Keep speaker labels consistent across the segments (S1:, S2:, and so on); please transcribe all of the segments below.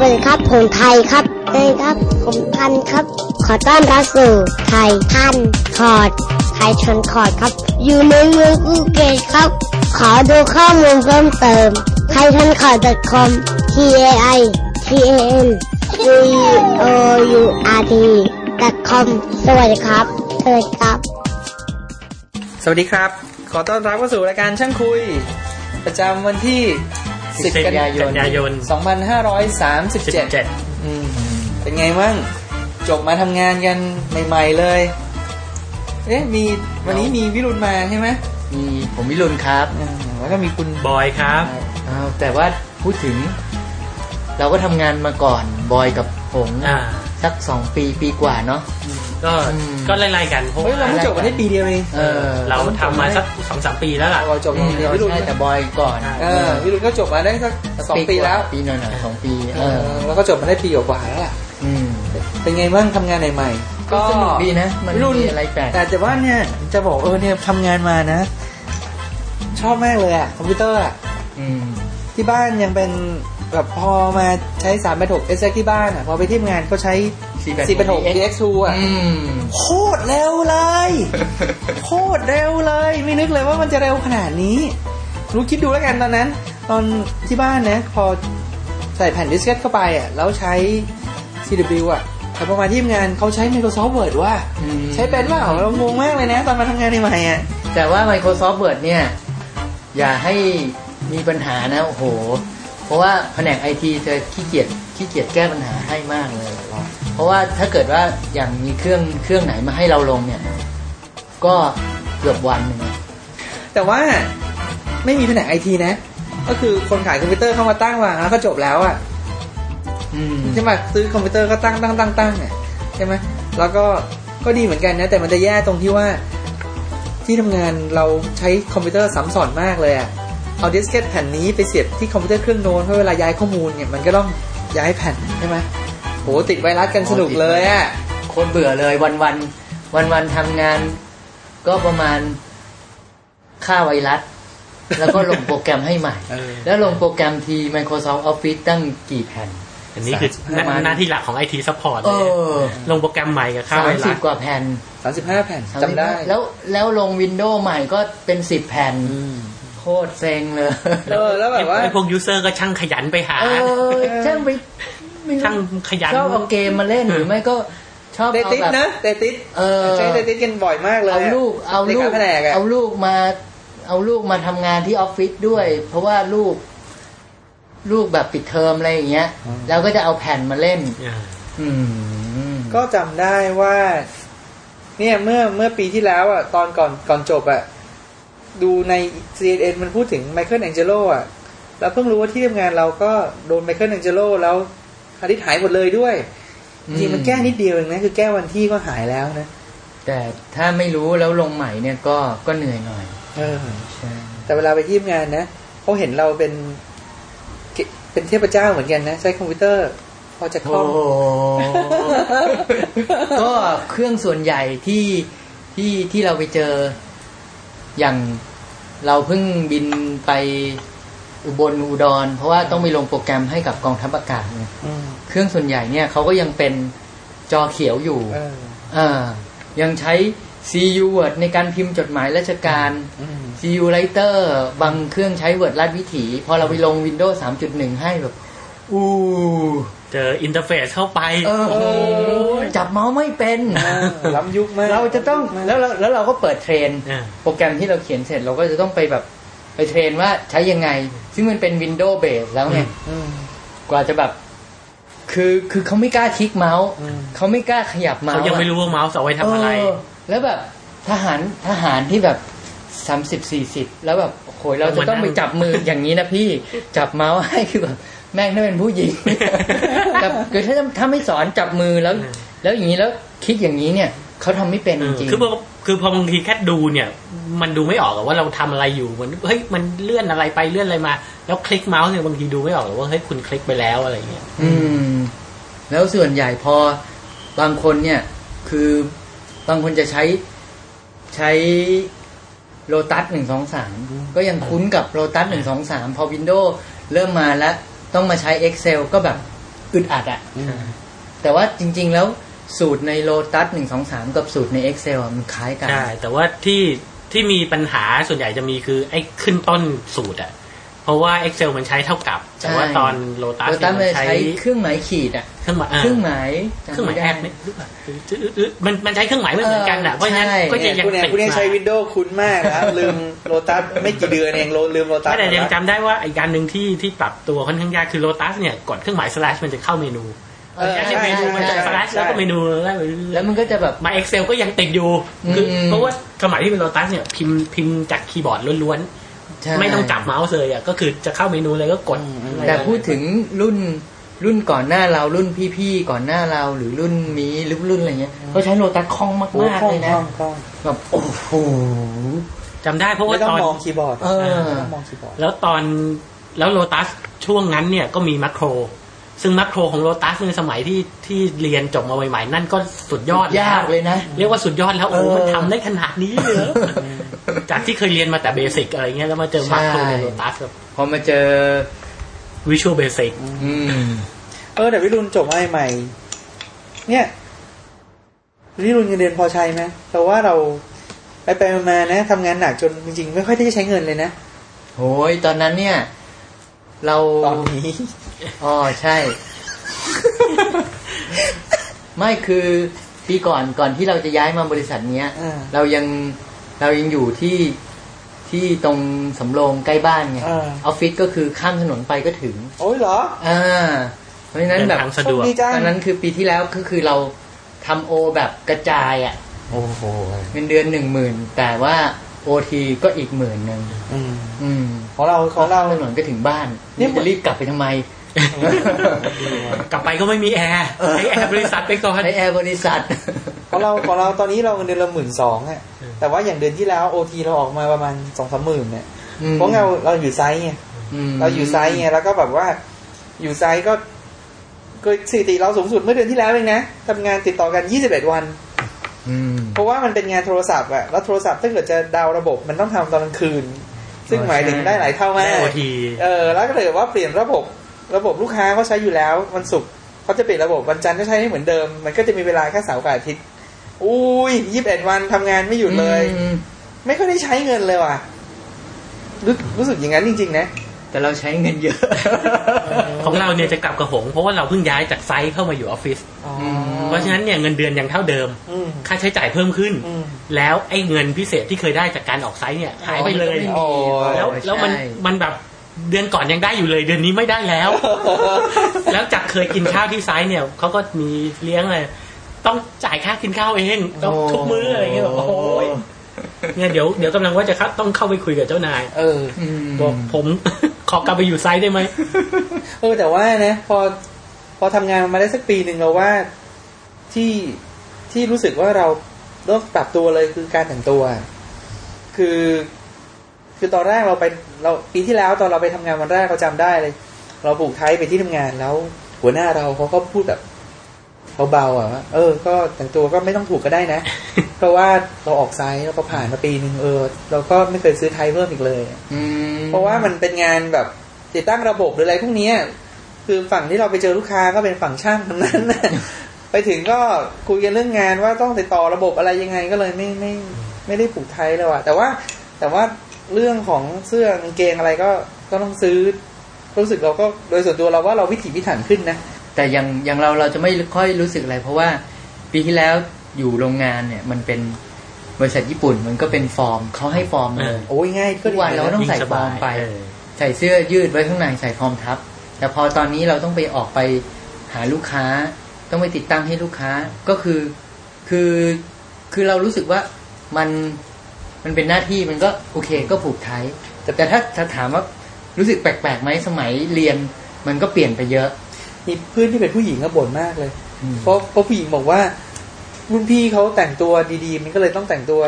S1: วัสดีครับ ผมไทยครับเอ้ยครับ ผมพันธุ์ครับ ขอต้อนรับสู่ไทยพันธุ์คอร์ดไทยชนคอร์ดครับ อยู่ในเมืองกูเกตครับ ขอดูข้อมูลเพิ่มเติมไทยชนคอร์ด .com t a i t a n c o u r d .com สวัสดีครับสวัสดีครับ
S2: สวัสดีครับ ขอต้อนรับเข้าสู่รายการช่างคุย ประจำวันที่ 10
S3: 10
S2: กันยายน
S3: กันยายน
S2: 2537
S3: 17
S2: อืมเป็นไงมั่งจบมาทำงานกันใหม่ๆเลย เอ๊ะมีวันนี้มีวิรุณมาใช่ไหม
S4: มีผมวิรุณครับ
S2: อ่าแล้วก็มีคุณ
S3: บอยครับ
S4: อ้าวแต่ว่าพูดถึง เราก็ทำงานมาก่อน บอยกับผม
S3: อ่า
S4: สักสองปีปีกว่าเนาะ
S3: ก็
S4: อืม
S3: ก็ไล่ๆกันเพราะ
S2: เฮ้ยเรา
S3: ว่า
S2: ไม่จบกันได้ปีเดียวเอง
S4: เออ
S3: เราทำมาสักสองสามปีแล้วล่ะ
S2: เราจบกันเดียว
S4: เรา
S2: วิรุณ
S4: ใช่แต่บอยก่อน
S2: เออวิรุณก็จบมาได้สักสองปี
S4: กา
S2: แล้ว
S4: ปีหน่อยๆสองปี
S2: เอ
S4: เออ
S2: อแล้วก็จบมาได้ปีกว่าๆแล้วล่ะ
S4: อืม
S2: เป็นไงบ้างทำงานใหม่ๆ
S4: ก็สนุกดีนะ มัน
S2: วิรุณ
S4: มีอะไรแปลก
S2: แต่แต่ว่าเนี่ยจะบอกเออเนี่ยทำงานมานะ ชอบมากเลยอะคอมพิวเตอร์อะ
S4: อืม
S2: ที่บ้านยังเป็นแบบพอมาใช้สามแปดหกเอสที่บ้านอะพอไปที่ทำงานก็ใช้สี่แปดหก DX2 อะ
S4: อืม
S2: โคตรเร็วเลย โคตรเร็วเลย ไม่นึกเลยว่ามันจะเร็วขนาดนี้รู้คิดดูแล้วกันตอนนั้น ตอนที่บ้านนะ พอใส่แผ่นดิสเกตเข้าไปอะแล้วใช้ CW อะแต่พอมาที่ทำงานเขาใช้ Microsoft Word ว่า
S4: อืม
S2: ใช้เป็นเปล่าเรางงมากเลยนะ ตอนมาทำงานใหม่ๆอ่ะ
S4: แต่ว่า Microsoft Word เนี่ย อย่าให้มีปัญหานะโอ้โห เพราะว่าแผนกไอทีจะขี้เกียจขี้เกียจแก้ปัญหาให้มากเลย เพราะว่าถ้าเกิดว่าอย่างมีเครื่องเครื่องไหนมาให้เราลงเนี่ย ก็เกือบวันหนึงอะ
S2: แต่ว่าไม่มีแผนกไอทีนะ ก็คือคนขายคอมพิวเตอร์เข้ามาตั้งวางแล้วก็จบแล้วอ่ะ
S4: อืม
S2: ใช่ไหมซื้อคอมพิวเตอร์ก็ตั้งตั้งตั้งตั้งเนี่ยใช่ไหมแล้วก็ก็ดีเหมือนกันนะ แต่มันจะแย่ตรงที่ว่าที่ทำงานเราใช้คอมพิวเตอร์ซ้ำซ้อนมากเลยอ่ะเอาดิสเกตแผ่นนี้ไปเสียบที่คอมพิวเตอร์เครื่องโน้นเพราะเวลาย้ายข้อมูลเนี่ยมันก็ต้องย้ายแผ่นใช่ไหมโหติดไวรัสกันสนุกเลยอ่ะ
S4: โคนเบื่อเลยวันวันวันวันๆทำงาน ก็ประมาณค่าไวรัส แล้วก็ลงโปรแกรมให้ให ม่
S3: เออ
S4: แล้วลงโปรแกรมที Microsoft Office ตั้งกี่แผ่น
S3: อันนี้คือหน้า
S4: ประมาณ
S3: หน้าที่หลักของไอทีซัพพอร์ต
S4: เอ
S3: เลย
S4: อ
S3: ลงโปรแกรมใหม่กับค่า
S4: สา
S3: ไว
S4: ม
S3: รั
S4: สิ
S3: ส
S4: บกว่าแผ่น
S2: สามสิบห้าแผ่นจำได้
S4: 35แล้วแล้วลงวินโดว์ใหม่ก็เป็นสิบแผ่นโคตรเซ็งเลย
S2: เออแล้วแบบว่า
S3: ไอพวกยูเซอร์ก็ช่างขยันไปหา
S4: เออช่างไปไม่รู้
S3: ช่างขยัน
S4: ชอบเอาเกมมาเล่นหรือไม่ก็ชอบ
S2: เต
S4: เอา
S2: ติส
S4: แบบ
S2: นะเตติส
S4: เออ
S2: ใช้เตติสกันบ่อยมากเลย
S4: เอาลูกเอาลู
S2: ใน
S4: ก
S2: รแผนกอะ
S4: เอาลูกมาเอาลูกมาทำงานที่ออฟฟิศด้วย เพราะว่าลูก ลูกแบบปิดเทอมอะไรอย่างเงี้ย แล้วก็จะเอาแผ่นมาเล่น
S3: อ่า
S4: อืม
S2: ก็จำได้ว่า เนี่ยเมื่อเมื่อปีที่แล้วอะตอนก่อนก่อนจบอะดูใน CNN มันพูดถึงไมเคิลแองเจโลอะแล้วเพิ่งรู้ว่าที่ทำงานเราก็โดนไมเคิลแองเจโลแล้วคดิษหายหมดเลยด้วย จริงๆมันแก้นิดเดียวเองนะคือแก้วันที่ก็หายแล้วนะ
S4: แต่ถ้าไม่รู้แล้วลงใหม่เนี่ยก็ก็เหนื่อยหน่อย
S2: เออ
S4: ใช่
S2: แต่เวลาไปที่ทำงานนะเขาเห็นเราเป็นเกเป็นเทพเจ้าเหมือนกันนะ ใช้คอมพิวเตอร์ พอจะคล่
S4: โอ้
S2: อง
S4: โห ก็เครื่องส่วนใหญ่ที่ที่ที่เราไปเจอ อย่างเราเพิ่งบินไปอุบลอุดร เพราะว่าต้องไปลงโปรแกรมให้กับกองทัพอากาศไง
S2: อืม
S4: เครื่องส่วนใหญ่เนี่ยเขาก็ยังเป็นจอเขียวอยู่
S2: เออ
S4: เออ ยังใช้ CU Word ในการพิมพ์จดหมายราชการ
S2: อืม
S4: CU Writer บางเครื่องใช้ Word ลัดวิถี พอเราไปลง Windows 3.1 ให้แบบอู้
S3: เจออินเทอร์เฟซเข้าไป
S4: เออโหจับเมาส์ไม่เป็น
S2: เออล้ำยุคมาก
S4: เราจะต้องแล้วเราแล้วเราก็เปิดเทรน
S3: อ่า
S4: โปรแกรมที่เราเขียนเสร็จเราก็จะต้องไปแบบไปเทรนว่าใช้ยังไง ซึ่งมันเป็น Windows Base แล้วไง
S2: อืม
S4: กว่าจะแบบ คือคือเขาไม่กล้าคลิกเมาส์
S2: อืม
S4: เขาไม่กล้าขยับเมาส์
S3: เขายังไม่รู้ว่าเมาส์เอาไว้ทำอะไร
S4: เอแล้วแบบทหารทหารที่แบบสามสิบสี่สิบแล้วแบบโหยเราจะต้องไปจับมื ออย่างนี้นะพี่จับเมาส์ให้คือแบบแม่งถ้าเป็นผู้หญิง แบบคือถ้าถ้าไม่สอนจับมือแล้ว
S3: อืม
S4: แล้วอย่างนี้แล้วคลิกอย่างนี้เนี่ยเขาทำไม่เป็น
S3: เออ
S4: จริงๆ
S3: คือพอคือพอบางทีแค่ดูเนี่ย มันดูไม่ออกหรอกว่าเราทำอะไรอยู่เหมือนเฮ้ยมันเลื่อนอะไรไปเลื่อนอะไรมา แล้วคลิกเมาส์เนี่ยบางทีดูไม่ออกหรอกว่าเฮ้ยคุณคลิกไปแล้วอะไรเงี้ย
S4: อืม แล้วส่วนใหญ่พอบางคนเนี่ย คือบางคนจะใช้ใช้โลตัสหนึ่งสองสามก็ยังคุ้นกับโลตัสหนึ่งสองสามพอวินโด w s เริ่มมาแล้ว ต้องมาใช้ Excel ก็แบบ อึดอัดอะแต่ว่าจริง ๆ แล้วสูตรในโลตัสหนึ่งสองสามกับสูตรใน Excel อะมันคล้ายกัน
S3: ใช่แต่ว่าที่ที่มีปัญหาส่วนใหญ่จะมีคือไอ้ขึ้นต้นสูตรอะเพราะว่า Excel มันใช้เท่ากับ แต่ว่า
S4: ใช่
S3: ตอนโลตัส
S4: โล
S3: ย
S4: ตัสมัน
S3: มัน
S4: จะ
S3: ใช้
S4: ใช้เครื่องหมายขีดอะ
S3: เครื่องหมายอ่า
S4: เครื่องหมาย
S3: เค
S4: จำ
S3: รื่องหมายแอ
S4: ไม่ได้
S3: ปนี่หรือเปล่าหรือมันมันใช้เครื่องหมายไม่เหมือนกันอะเพราะฉะนั้น
S4: ใช่
S3: ก็จะยัง
S2: คุณแอน
S3: ติด
S2: คุณแอนใช้วินโดว์คุ้นมากนะครับ ลืมโลตัสไม่กี่เดือนเองโลลืมโลตัส
S3: ไม่แต่ยัง
S2: หมดละ
S3: จำได้ว่าไอ้การหนึ่งที่ที่ปรับตัวค่อนข้างยากคือโลตัสเนี่ยกดเครื่องหมาย slash มันจะเข้าเมนู
S4: เออ
S3: แค่
S4: ใช่
S3: เมนูมันจะ
S4: ใช่
S3: slash แล้วก็เมนูแล้ว
S4: แล้วมันก็จะแบบ
S3: มา Excel ก็ยังติดอยู่คืออ
S4: ม
S3: เพราะว่าสมัยที่เป็นโลตัสเนี่ยพิมพ์พิมพ์จากคีย์บอร์ดล้วน
S4: ใช่
S3: ๆ ไม่ต้องจับเมาส์เลยอ่ะก็คือจะเข้าเมนูเลยก็กดอะไร
S4: แต่พูดถึงรุ่นรุ่นก่อนหน้าเรารุ่นพี่ๆก่อนหน้าเราหรือรุ่นมีหรือรุ่นอะไรเงี้ยเขาใช้โลตัสคล่องมาก
S2: โอ้
S4: ๆ
S2: คล่อง
S4: เลย
S2: ค
S4: นะ
S2: ล่องคล่อง
S4: แบบโอ้โห
S3: จำได้เพราะว่า
S2: ไม่ต้อง
S3: ตอน
S2: มองคีย์บอร์ด
S4: เออ
S2: ไม่ต้องมองคีย์บอร์ด
S3: แล้วตอนแล้วโลตัสช่วงนั้นเนี่ยก็มีแมคโคร ซึ่งแมคโครของโลตัสในสมัยที่ที่เรียนจบมาใหม่ๆ นั่นก็สุดยอดแวย
S4: ากเลยนะ
S3: เรียกว่าสุดยอดแล้วโอ้โห
S4: เออ
S3: มันทำได้ขนาดนี้เลยเหรอ จากที่เคยเรียนมาแต่เบสิกอะไรเงี้ยแล้วมาเจอแมคโครในโลตัสแบบ
S4: พอมาเจอ
S3: วิชวลเบสิก
S4: อืม
S2: เออแต่วิรุณจบมาใหม่ๆเนี่ยวิรุณเงินเดือนพอใช้ไหมแต่ว่าเราไปไปๆมาๆนะทำงานหนักจนจริงๆ ไม่ค่อยได้ใช้เงินเลยนะ
S4: โหยตอนนั้นเนี่ย เรา
S2: ตอนนี้
S4: อ๋อใช่ ไม่คือปีก่อนก่อนที่เราจะย้ายมาบริษัทเนี้ย
S2: อ่า
S4: เรายังเรายังอยู่ที่ที่ตรงสำโรงใกล้บ้านไง
S2: เออ
S4: ออฟฟิศก็คือข้ามถนนไปก็ถึง
S2: โอ้ยเหรอ
S4: อ่าเพราะฉะนั้นแบบ
S3: เดินทางสะดวก
S2: โชคจัง
S4: ตอนนั้นคือปีที่แล้วก็คือเราทำโอแบบกระจายอะ่ะ
S2: โอ้โห
S4: เงินเดือนหนึ่งหมื่นแต่ว่าโอทีก็อีกหมื่นหนึ่งอืม
S2: ของเราของเรา
S4: ข้ามถนนก็ถึงบ้าน
S2: นี่
S4: นี่จะรีบกลับไปทำไม
S3: กลับไปก็ไม่มีแอร์ใช้แอร์บริษัทไปก่อน
S4: ในแอร์บริษัท
S2: ของเราของเราตอนนี้เราเงินเดือนละหมื่นสองอะ
S3: อืม
S2: แต่ว่าอย่างเดือนที่แล้วโอทีเราออกมาประมาณสองสามหมื่นเนี่ย
S4: อืม
S2: เพราะเราเราอยู่ไซส์ไง
S4: ม
S2: เราอยู่ไซส์ไงแล้วก็แบบว่า อยู่ไซส์ก็เคยสถิติเราสูงสุดเมื่อเดือนที่แล้วเองนะทำงานติดต่อกันยี่สิบเอ็ดวัน
S4: อืม
S2: เพราะว่ามันเป็นงานโทรศัพท์อะแล้วโทรศัพท์ถ้าเกิดจะดาวน์ระบบมันต้องทำตอนกลางคืน ซึ่งหมายถึงได้หลายเท่ามา
S3: ได้
S2: ก
S3: โอที
S2: เออ แล้วก็เลยว่าเปลี่ยนระบบ ระบบลูกค้าเขาใช้อยู่แล้ววันศุกร์เขาจะเปลี่ยนระบบวันจันทร์ก็ใช้ให้เหมือนเดิม มันก็จะมีเวลาแค่เสาร์กับอาทิตย์ อุ้ยยี่สิบเอ็ดวันทำงานไม่หยุดเลย
S4: อืม
S2: ไม่ค่อยได้ใช้เงินเลยว่ะ รู้รู้สึกอย่างนั้นจริง ๆ นะ
S4: แต่เราใช้เงินเยอะ
S3: ของเราเนี่ยจะกลับกระหง เพราะว่าเราเพิ่งย้ายจากไซต์เข้ามาอยู่ออฟฟิศ
S2: อ๋อ
S3: เพราะฉะนั้นเนี่ยเงินเดือนยังเท่าเดิม
S2: อืม
S3: ค่าใช้จ่ายเพิ่มขึ้น
S2: อืม
S3: แล้วไอ้เงินพิเศษที่เคยได้จากการออกไซต์เนี่ยหายไปเลย
S2: โอ้ย
S3: แล้วแล้วมัน
S4: ใช่
S3: มันแบบเดือนก่อนยังได้อยู่เลย เดือนนี้ไม่ได้แล้ว แล้วจากเคยกินข้าวที่ไซต์เนี่ยเขาก็มีเลี้ยงเลยต้องจ่ายค่ากินข้าวเองต้องทุกมื้ออะไรอย่างเงี้ยแบบโอ้ยเนี่ยเดี๋ยวเดี๋ยวกำลังว่าจะเข้าต้องเข้าไปคุยกับเจ้านาย
S2: เออ
S4: อืม
S3: บอกผม ขอกลับไปอยู่ไซต์ได้ไหม
S2: เออแต่ว่านะพอพอทำงานมาได้สักปีหนึ่งเราว่าที่ที่รู้สึกว่าเราเริ่มปรับตัวเลยคือการแต่งตัว คือ คือตอนแรกเราไปเราปีที่แล้วตอนเราไปทำงานวันแรกเราจำได้เลย เราผูกไทยไปที่ทำงานแล้ว หัวหน้าเราเขาก็พูดแบบเบาๆอ่ะว่าเออ ก็แต่งตัวก็ไม่ต้องถูกก็ได้นะ เพราะว่าเราออกไซส์แล้วก็ผ่านมาปีหนึ่งเออ เราก็ไม่เคยซื้อไทยเพิ่มอีกเลย
S4: อืม
S2: เพราะว่ามันเป็นงานแบบติดตั้งระบบหรืออะไรพวกเนี้ยคือฝั่งที่เราไปเจอลูกค้าก็เป็นฝั่งช่างทั้งนั้น ไปถึงก็คุยกันเรื่องงานว่าต้องติดต่อระบบอะไรยังไงก็เลยไม่ไม่ไม่ได้ผูกไทยแล้วอะแต่ว่าแต่ว่าเรื่องของเสื้อกางเกงอะไรก็ก็ต้องซื้อ รู้สึกเราก็โดยส่วนตัวเราว่าเราวิถีพิถันขึ้นนะ
S4: แต่อย่างอย่างเราเราจะไม่ค่อยรู้สึกอะไร เพราะว่าปีที่แล้วอยู่โรงงานเนี่ย มันเป็นบริษัทญี่ปุ่นมันก็เป็นฟอร์มเขาให้ฟอร์มเล
S3: เออ
S4: ย
S2: โอ้ยง่ายก็
S4: ทุกวันเราก็ต้องใส่ฟอร์มไป
S3: เออ
S4: ใส่เสื้อยืดไว้ข้างในใส่ฟอร์มทับ แต่พอตอนนี้เราต้องไปออกไปหาลูกค้า ต้องไปติดตั้งให้ลูกค้าก็คือคือคือเรารู้สึกว่ามันมันเป็นหน้าที่มันก็โอเคก็ผูกไทยแต่แต่ถ้าถ้าถามว่ารู้สึกแปลกๆไหมสมัยเรียนมันก็เปลี่ยนไปเยอะ
S2: มีเพื่อนที่เป็นผู้หญิงก็บ่นมากเลย
S4: อืม
S2: เพราะเพราะผู้หญิงบอกว่ารุ่นพี่เขาแต่งตัวดีๆ มันก็เลยต้องแต่งตัว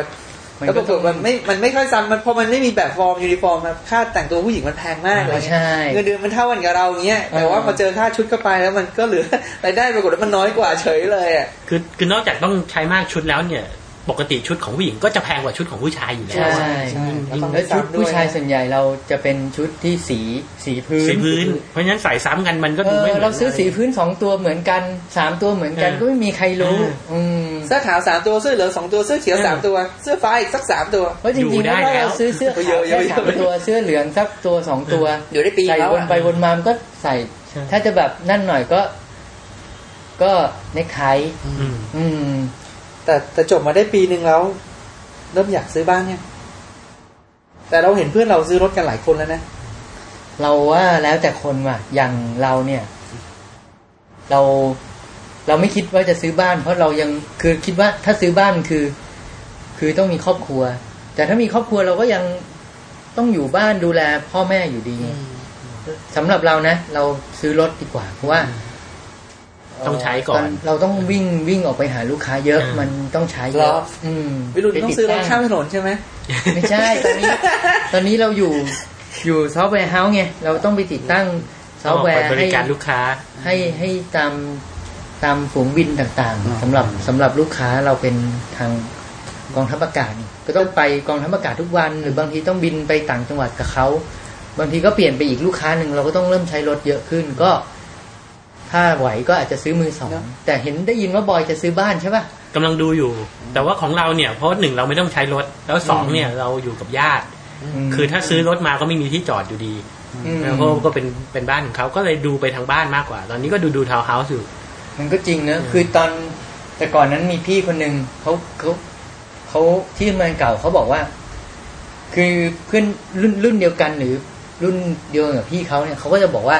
S4: มัน
S2: แล้วป
S4: ก็
S2: ราก
S4: ต้อ
S2: ฏ
S4: ง
S2: มันไม่ มันไม่ค่อยซ้ำมันพอมันไม่มีแบบฟอร์มยูนิฟอร์มอะค่าแต่งตัวผู้หญิงมันแพงมากเลย
S4: อ่าใช่
S2: เงินเดือนมันเท่ากันกับเราอย่างเงี้ย แต่
S4: เออ
S2: ว่าพอเจอค่าชุดเข้าไปแล้ว มันก็เหลือ รายได้ปรากฏว่ามันน้อยกว่าเฉยเลยอ่ะ
S3: คือคือนอกจากต้องใช้มากชุดแล้วเนี่ย ปกติชุดของผู้หญิงก็จะแพงกว่าชุดของผู้ชายอยู่แล้
S4: ใช่
S3: ว
S2: ใช่แล้วต้อง
S4: แล้วชุด
S2: ซ้ำด้วย
S4: ผู้ชายส่วนใหญ่เราจะเป็นชุดที่สีสีพื้น
S3: สีพื้น เพราะฉะนั้นใส่ซ้ำกันมันก็
S4: เอ
S3: ดู
S4: อ
S3: ไม่หมืน
S4: เราซื้อสีพื้นสองตัวเหมือนกันสามตัวเหมือนกัน
S3: เออ
S4: ก็ไม่มีใครรู้
S3: เอออื
S4: ืม
S2: เสื้อขาวสามตัวเสื้อเหลืองสองตัวเสื้อเขียวสามตัว เสื้อฟ้าอีกสักสามตัว
S4: เพราะจ
S3: อยู่
S4: ริงๆ
S3: ได้
S4: แล้
S3: แล้ว
S4: วถ้าเราซื้อเสื้อขาว
S2: เยอะๆ
S4: แค่สาม
S2: เยอะๆ
S4: ตัวเสื้อเหลืองสักตัวสองตัว
S2: อยู่ได้ปี
S4: ใส่
S2: แล้ว
S4: วน
S2: อะ
S4: ไปวนมามันก็ใส่
S3: ใช่
S4: ถ้าจะแบบนั่นหน่อยก็ ก็เนคไท
S3: อืม
S4: อืม
S2: แต่แต่จบมาได้ปีหนึ่งแล้ว เริ่มอยากซื้อบ้างเนี่ยงแต่เราเห็นเพื่อนเราซื้อรถกันหลายคนแล้วนะ
S4: เราว่าแล้วแต่คนว่ะ อย่างเราเนี่ย เราเราไม่คิดว่าจะซื้อบ้าน เพราะเรายังคือคิดว่าถ้าซื้อบ้านคือ คือต้องมีครอบครัว แต่ถ้ามีครอบครัวเราก็ยังต้องอยู่บ้านดูแลพ่อแม่อยู่ดีสำหรับเรานะเราซื้อรถดีกว่า เพราะว่า
S3: ต้องใช้ก่อน
S4: เราต้องวิ่งวิ่งออกไปหาลูกค้าเยอะ
S3: อืม
S4: มันต้องใช้เย
S2: หร
S4: อะ
S2: อ
S4: อืม
S2: วิรุณต้องซื้อรถข้ามถนนใช่ไหม
S4: ไม่ใช่ตอนนี้ ตอนนี้เราอยู่อยู่ซอฟต์แวร์เฮาส์ไงเราต้องไปติดตั้งซอฟต์แวร์
S3: เปิดบ
S4: ให้
S3: ริการลูกค้า
S4: ให้ให้ตามตามฝูงบินต่างๆสำหรับสำหรับลูกค้าเราเป็นทางกองทัพอากาศนี่ก็ต้องไปกองทัพอากาศทุกวัน หรือบางทีต้องบินไปต่างจังหวัดกับเขาบางทีก็เปลี่ยนไปอีกลูกค้าหนึ่งเราก็ต้องเริ่มใช้รถเยอะขึ้นก็ ถ้าไหวก็อาจจะซื้อมือสองแต่เห็นได้ยินว่าบอยจะซื้อบ้านใช่ป่ะ
S3: กำลังดูอยู่ แต่ว่าของเราเนี่ย เพราะหนึ่งเราไม่ต้องใช้รถ แล้วสอง
S4: อืม
S3: เนี่ยเราอยู่กับญาติ คือถ้าซื้อรถมาก็ไม่มีที่จอดอยู่ดี
S4: ม
S3: แล้วก็ก็เป็นเป็นบ้านของเขาก็เลยดูไปทางบ้านมากกว่า ตอนนี้ก็ดูดูทาวน์เฮาส์อยู่
S4: มันก็จริงนะคือตอนแต่ก่อนนั้นมีพี่คนหนึ่งเขาเขาเขาที่ทำงานเก่าเขาบอกว่า คือเพื่อนรุ่นรุ่นเดียวกันหรือรุ่นเดียวกับพี่เขาเนี่ยเขาก็จะบอกว่า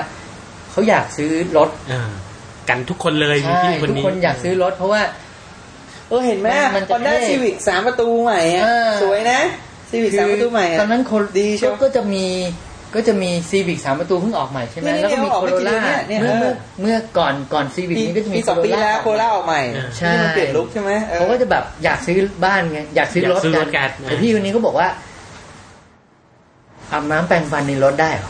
S4: เขาอยากซื้อรถ
S3: เออกันทุกคนเลยมี
S4: ใช่
S3: พี่คน
S4: ทุก
S3: นี้
S4: คนอยากซื้อรถ เพราะว่า
S2: เออเห็นไหม
S4: มัน
S2: ค
S4: จะ
S2: อนด้า
S4: เท่
S2: ซีวิกสามประตูใหม่อะ
S4: เออ
S2: สวยนะซีวิกสามประตูใหม่อะ
S4: ตอนนั้นคน
S2: ดีเชียว
S4: ก็ก็จะมีก็จะมีซีวิกสามประตูเพิ่งออกใหม่ใช่ไหม
S2: นี่
S4: แล้วก็มี
S2: เอาออ
S4: โค
S2: กไม่
S4: โร
S2: กี่
S4: ล่า
S2: เดือนเนี่ยเนี่
S4: เมื่
S2: เอ
S4: อย
S2: อ
S4: เมื่อก่อนก่อนซีวิก
S2: ปี
S4: นี้ก็จะมี
S2: ปีสองปีแล้วโคล่าออกใหม่
S4: ใช่
S2: นี่มันเปลี่ยนลุคใช่ไหมออ
S4: เขาก็จะแบบอยากซื้อบ้านไงอยากซื้อ
S3: อยาร
S4: ถ
S3: กซื้อรถกั
S4: กั
S3: น
S4: นแต่พี่คนนี้ก็บอกว่าอาบน้ำแปรงฟันในรถได้เหรอ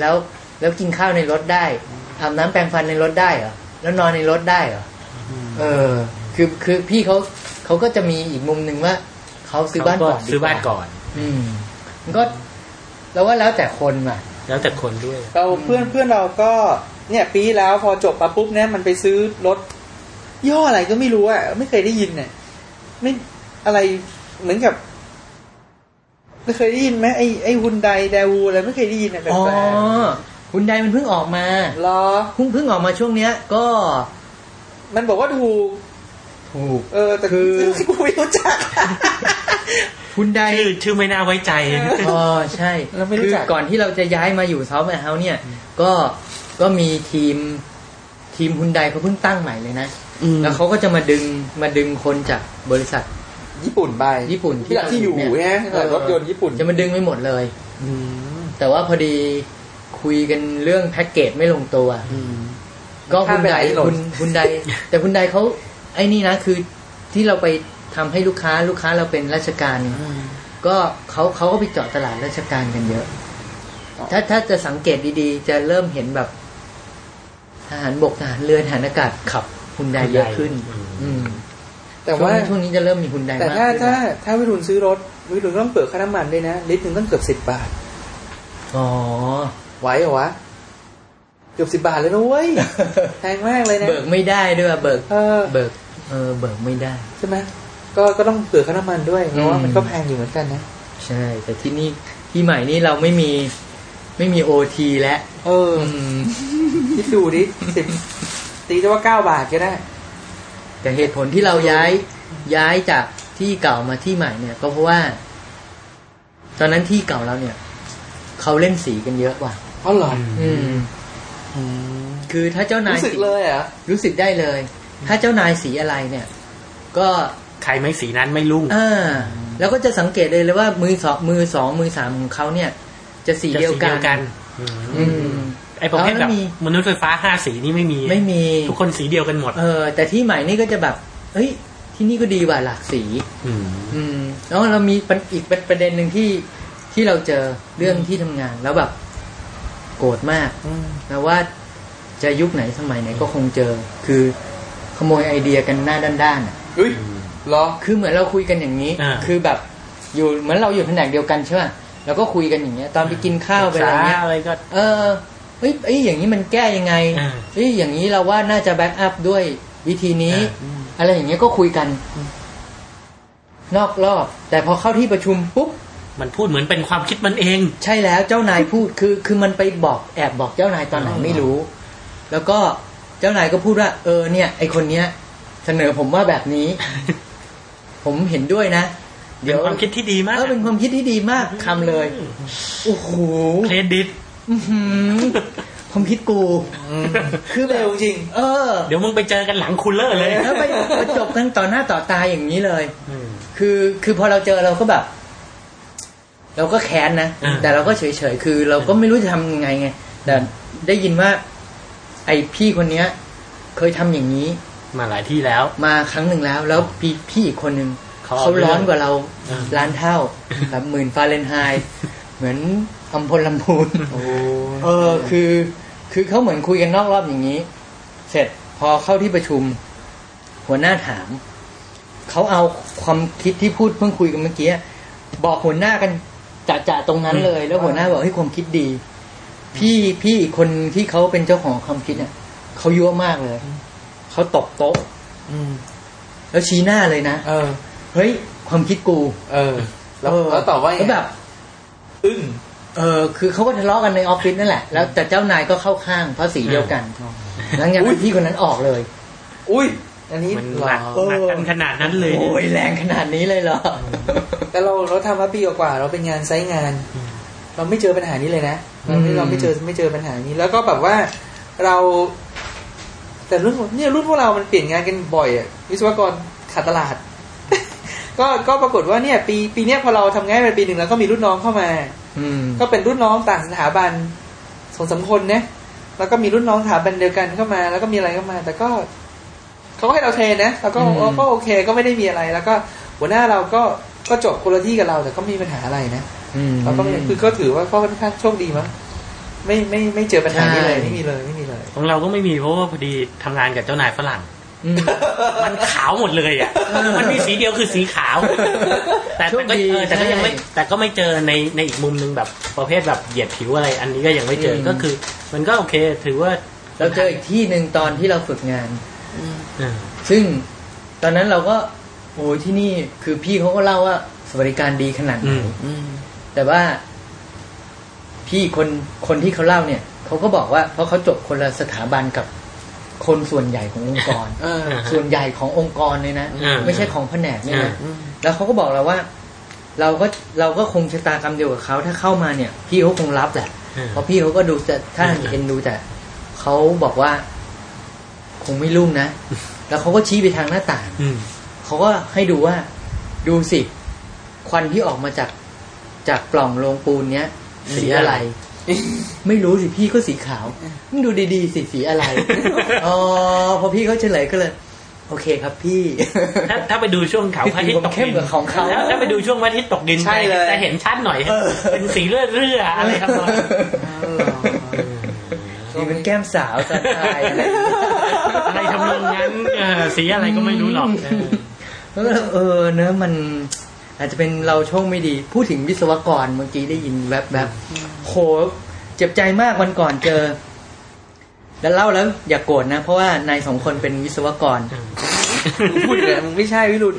S4: แล้วแล้วกินข้าวในรถได้อาบน้ำแปรงฟันในรถได้เหรอแล้วนอนในรถได้เหรออเออ คือคือพี่เขาเขาก็จะมีอีกมุมหนึ่งว่าเขาซื้อบ้านก่อน
S3: ซื้อบ้านก่อน
S4: อืมมันก็เราว่าแล้วแต่คนอ่ะ
S3: แล้วแต่คนด้วย
S2: เราเพื่อนเพื่อนเราก็เนี่ยปีแล้วพอจบมาปุ๊บเนี่ยมันไปซื้อรถย่ห้ออะไรก็ไม่รู้อะไม่เคยได้ยินเนี่ยไม่อะไรเหมือนกับไม่เคยได้ยินไหมไอไอฮุนไดแดวูอะไรไม่เคยได้ยินอะแบบ
S4: อ๋อ
S2: แปลก
S4: คุณไดมันเพิ่งออกมา
S2: ๆเหรอ
S4: เพิ่งเพิ่งออกมาช่วงเนี้ย ก็
S2: มันบอกว่าถูก
S4: ถูก
S2: เออแต่
S4: คือ
S2: กูไม่รู้จัก
S4: คุณได
S3: ชื่อชื่อไม่น่าไว้ใจ
S4: อ๋อใช่
S2: เราไม่รู้
S4: คือ
S2: จัก
S4: ก่อนที่เราจะย้ายมาอยู่ซอฟต์แวร์เฮาเนี่ย ก็ก็มีทีมทีมฮุนไดเขาเพิ่งตั้งใหม่เลยนะ แล้วเขาก็จะมาดึงมาดึงคนจากบริษัท
S2: ญี่ปุ่นไป
S4: ญี่ปุ่น
S2: ที่หลักที่อยู่
S4: เนี่
S2: เนี่ย
S4: เออ
S2: รถยนต์ญี่ปุ่น
S4: จะมาดึงไม่หมดเลย
S2: อืม
S4: แต่ว่าพอดีคุยกันเรื่องแพ็กเกจไม่ลงตัว
S2: อืม
S4: ก็
S2: ข้า
S4: คุ
S2: ม
S4: ณ
S2: ไป
S4: ใด
S2: หลายถนน
S4: คุณคุณ ใด แต่คุณใดเขาไอ้นี่นะคือที่เราไปทำให้ลูกค้าลูกค้าเราเป็นราชการ ก็เขาเขาก็ไปเจาะตลาดราชการกันเยอะ ถ้าถ้าจะสังเกตดีๆ จะเริ่มเห็นแบบทหารบกทหารเรือทหารอากาศขับฮุนไดเยอะขึ้น
S3: อืม
S4: อืม
S2: แต่ว่า
S4: ช่งนี้ช่วงนี้จะเริ่มมีฮุนได
S2: แต่
S4: มาก
S2: ถ้า
S4: ขึ้น
S2: ถ้า
S4: นะ
S2: ถ้าวิรุณซื้อรถวิรุณต้องเปิดค่าน้ำมันด้วยนะ ลิตรหนึ่งต้องเกือบสิบบาท
S4: อ๋อ
S2: ไหวเหรอวะ เกือบสิบาทเลยนะเว้ ย แพงมากเลยนะ
S4: เบิกไม่ได้ด้วยว่ะเบิก
S2: เออ
S4: เบิก เออ เบิกไม่ได้
S2: ใช่ไหมก็ก็ต้องเผื่อค่าน้ำมันด้วยเพราะว่า
S4: อืม
S2: มันก็แพงอยู่เหมือนกันนะ
S4: ใช่ แต่ที่นี่ที่ใหม่นี่เราไม่มีไม่มีโอทีแล้ว
S2: เออ
S4: อืม
S2: คิดดูดิสิบตีจะว่าเก้าบาทก็ได้
S4: แต่เหตุผลที่เราย้ายย้ายจากที่เก่ามาที่ใหม่เนี่ย ก็เพราะว่า ตอนนั้นที่เก่าเราเนี่ยเขาเล่นสีกันเยอะว่ะ
S2: อ๋อเหรอ
S4: อืม
S2: อืม
S4: คือถ้าเจ้านาย
S2: รู้สึกเลยเหรอ่ะ
S4: รู้สึกได้เลย ถ้าเจ้านายสีอะไรเนี่ย ก็
S3: ใครไม่สีนั้นไม่รุ่ง
S4: อ่าแล้วก็จะสังเกตเลยเลยว่ามือสองมือสองมือสามของเขาเนี่ย จะสี
S3: จะ
S4: เดียว
S3: สี
S4: กั
S3: เดี
S4: น
S3: ยวกัน
S4: อืม
S3: ไอ้ประเภท
S4: แล้ว
S3: แบบ
S4: ไม่มี
S3: มนุษย์ไฟฟ้าห้าสีนี่ไม่มี
S4: ไม่มี
S3: ทุกคนสีเดียวกันหมด
S4: เออแต่ที่ใหม่นี่ก็จะแบบ เอ้ย ที่นี่ก็ดีว่ะหลากสี
S3: ม
S4: อืม แล้วเรามีปัญอีกเป็นประเด็นหนึ่งที่ที่เราเจอเรื่องที่ทำงานแล้วแบบโกรธมาก
S2: อืม
S4: นะว่าจะยุคไหนสมัยไหนก็คงเจอ คือขโมยไอเดียกันหน้าด้านๆอะ
S2: อุ้ยเหรอ
S4: คือเหมือนเราคุยกันอย่างนี้
S3: อ่า
S4: คือแบบอยู่เหมือนเราอยู่แผนกเดียวกันใช่ป่ะเราก็คุยกันอย่างเงี้ย ตอนไปกินข้าวไปอะไรเงี้ย
S3: อะไรก็
S4: เออเอ้ยเอ้ยอย่างนี้มันแก้ยังไง
S3: อ่า
S4: เอ้ยอย่างนี้เราว่าน่าจะแบ็กอัพด้วยวิธีนี้
S3: อ่า
S4: อะไรอย่างเงี้ยก็คุยกัน นอกรอบ แต่พอเข้าที่ประชุมปุ๊บ
S3: มันพูดเหมือนเป็นความคิดมันเอง
S4: ใช่แล้วเจ้านายพูดคือคือมันไปบอกแอบบอกเจ้านายตอนไหน
S3: อ๋อ
S4: ไม่รู้ แล้วก็เจ้านายก็พูดว่า เออเนี่ย ไอคนเนี้ย เสนอผมว่าแบบนี้ ผมเห็นด้วยนะ
S3: เป็
S4: เดี๋ย
S3: น
S4: ว
S3: ความคิดที่ดีมาก
S4: เออเป็นความคิดที่ดีมากคำเลยโอ้โห
S3: เครดิต
S4: อื้อหือความคิดกู คือแบบ
S2: เร็วจริง
S4: เออ
S3: เดี๋ยวมึงไปเจอกันหลังคูลเลอร์เลย
S4: แล้วไปประจบกันต่อหน้าต่อตาอย่างนี้เลย
S3: อืม
S4: คือคือพอเราเจอเราก็แบบ เราก็แค้นนะ
S3: อ่า
S4: แต่เราก็เฉยเฉยๆคือ เราก็ไม่รู้จะทำยังไงไงแต่ได้ยินว่า ไอพี่คนเนี้ย เคยทำอย่างนี้
S3: มาหลายที่แล้ว
S4: มาครั้งหนึ่งแล้ว แล้วพี่พี่อีกคนหนึ่ง
S3: เขา
S4: เขาร้อนกว่าเรา
S3: อ่า
S4: ล้านเท่าแบบหมื่นฟาเรนไฮต์เหมือนอำพลลำพูน
S2: โอ้
S4: เออคือ คือเขาเหมือนคุยกันนอกรอบอย่างนี้ เสร็จพอเข้าที่ประชุม หัวหน้าถาม เขาเอาความคิดที่พูดเพิ่งคุยกันเมื่อกี้บอกหัวหน้ากันจะจะๆตรงนั้นเลย แล้วหัวหน้าบอกให้ยความคิดดี พี่พี่อีกคนที่เขาเป็นเจ้าของความคิดเนี่ยเขายั่วมากเลยเขาตบโต๊ะ
S2: อืม
S4: แล้วชี้หน้าเลยนะ
S2: เออ
S4: เฮ้ยความคิดกู
S2: เออ แล้วแล้วตอบว่าไง
S4: แล้วแบบ
S2: อึ้ง
S4: เออคือเขาก็ทะเลาะกันในออฟฟิศนั่นแหละ แล้วแต่เจ้านายก็เข้าข้างเพราะสีเดียวกันหลังจาก
S2: อุ๊ย
S4: นั้นพี่คนนั้นออกเลย
S2: อุ้ย อันนี้
S3: มัน
S2: เหร
S3: ห
S2: อ
S3: นักหนักกันขนาดนั้นเลย
S4: โอ้ยแรงขนาดนี้เลยเหรอ
S2: แต่เราเราทำมาปีกว่าๆเราเป็นงานไซต์งาน
S3: อืม
S2: เราไม่เจอปัญหานี้เลยนะเราไม่
S4: อืม
S2: เราไม่เจอไม่เจอปัญหานี้ แล้วก็แบบว่าเรา แต่รุ่นเนี่ยรุ่นพวกเรา มันเปลี่ยนงานกันบ่อยอะวิศวกรขาดตลาด ก็ก็ปรากฏว่าเนี่ย ปีปีเนี้ยพอเราทำงานไปปีหนึ่งแล้วก็มีรุ่นน้องเข้ามา
S4: อืม
S2: ก็เป็นรุ่นน้องต่างสถาบันสองสามคนนะแล้วก็มีรุ่นน้องสถาบันเดียวกันเข้ามา แล้วก็มีอะไรเข้ามา แต่ก็เขาก็ให้เราเทรนนะแล้วก็เออก็โอเคก็ไม่ได้มีอะไร แล้วก็หัวหน้าเราก็ก็จบคนละที่กับเรา แต่ก็ไม่มีปัญหาอะไรนะ
S4: อืม
S2: เราก็ไม่คือก็ถือว่าก็ค่อนข้างโชคดีมั้งไม่ไม่ไม่เจอปัญหานี้เลย
S4: ใช่
S2: ไม่มีเลยไม่มีเลย
S3: ของเราก็ไม่มีเพราะว่าพอดีทำงานกับเจ้านายฝรั่ง
S4: อืม
S3: มันขาวหมดเลยอ่ะ มันมีสีเดียวคือสีขาว แต่
S4: โช
S3: แต่
S4: ค
S3: ก็
S4: ดี
S3: เออแต่ก็ยังไม่
S4: ใช่
S3: แต่ก็ไม่เจอในในอีกมุมหนึงแบบประเภทแบบเหยียดผิวอะไร อันนี้ก็ยังไม่เจออ
S4: ม
S3: ก็คือ มันก็โอเค ถือว่า
S4: เราเจออีกที่หนึ่งตอนที่เราฝึกงาน
S3: เออ
S4: ซึ่งตอนนั้นเราก็ โอ้ยที่นี่คือพี่เขาก็เล่าว่า สวัสดิการดีขนาดไหน
S3: อืม
S2: อืม
S4: แต่ว่า พี่คนคนที่เขาเล่าเนี่ยเขาก็บอกว่า เพราะเขาจบคนละสถาบันกับคนส่วนใหญ่ขององค์กร
S2: เออ
S4: ส่วนใหญ่ขององค์กรเลยนะ
S3: อ่า
S4: ไม่ใช่ของแผนกเนี่ยนะ
S2: อืม
S4: แล้วเขาก็บอกเราว่า เราก็เราก็คงชะตากรรมเดียวกับเขาถ้าเข้ามาเนี่ย พี่เขาคงรับแหละ
S3: อืม
S4: เพราะพี่เขาก็ดูแต่ท่าทางจะเอ็นดูแต่เขาบอกว่า คงไม่รุ่งนะ แล้วเขาก็ชี้ไปทางหน้าต่าง
S3: อืม
S4: เขาก็ให้ดูว่าดูสิ ควันที่ออกมาจากจากปล่องโรงปูนเนี้ย สีอะไร ไม่รู้สิพี่ก็สีขาวมึงดูดีๆสิสี อะไร อ๋อพอพี่เขาเฉลยก็เลย โอเคครับพี่
S3: ถ้าถ้าไปดูช่วงเขาพระอาทิตย์ตก
S4: ผมเข้
S3: ดิ
S4: ม
S3: น
S4: กว่าของเขา
S3: ถ้าไปดูช่วงพระอาทิตย์ตกดิน
S2: ใช่เลย
S3: จะเห็นชัดหน่อย
S4: เออ
S3: เป็นสีเรื่อๆอะไรทำนองนั้น
S4: นี่เป็นแก้มสาวสไตล์อะไร
S3: อะไรทำนองนั้นเออสีอะไรก็ไม่รู้หรอกเออ
S4: เออเออเนอะมัน อาจจะเป็นเราโชคไม่ดี พูดถึงวิศวกรเมื่อกี้ได้ยินแวบๆโหเจ็บใจมากวันก่อนเจอ แล้วเล่าแล้วอย่ากโกรธนะ เพราะว่านายสองคนเป็นวิศวกร
S2: มึงพูดเลยมึงไม่ใช่วิรุณ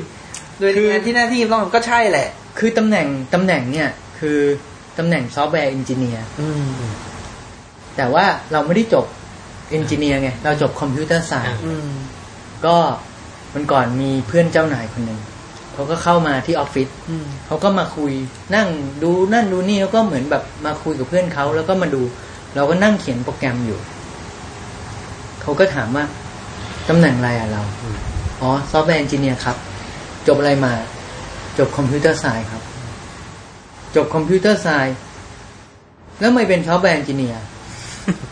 S2: โดยงานที่หน้าที่ต้องทำก็ใช่แหละ
S4: คือตำแหน่งตำแหน่งเนี่ย คือตำแหน่งซอฟต์แวร์เอนจิเนียร์
S2: อืม
S4: แต่ว่าเราไม่ได้จบเอนจิเนียร์ไง เราจบคอมพิวเตอร์ศาสตร์
S2: อืม
S4: ก็มันก่อนมีเพื่อนเจ้านายคนหนึ่งเขาก็เข้ามาที่ออฟฟิศ
S2: อืม
S4: เขาก็มาคุยนั่งดูนั่นดูนี่แล้วก็เหมือนแบบมาคุยกับเพื่อนเขาแล้วก็มาดู เราก็นั่งเขียนโปรแกรมอยู่เขาก็ถามว่าตำแหน่งอะไรอะเราอ๋อซอฟต์แวร์เอนจิเนียร์ครับ จบอะไรมา จบคอมพิวเตอร์ไซน์ครับ จบคอมพิวเตอร์ไซน์แล้วไม่เป็นซอฟต์แวร์เอนจิเนียร์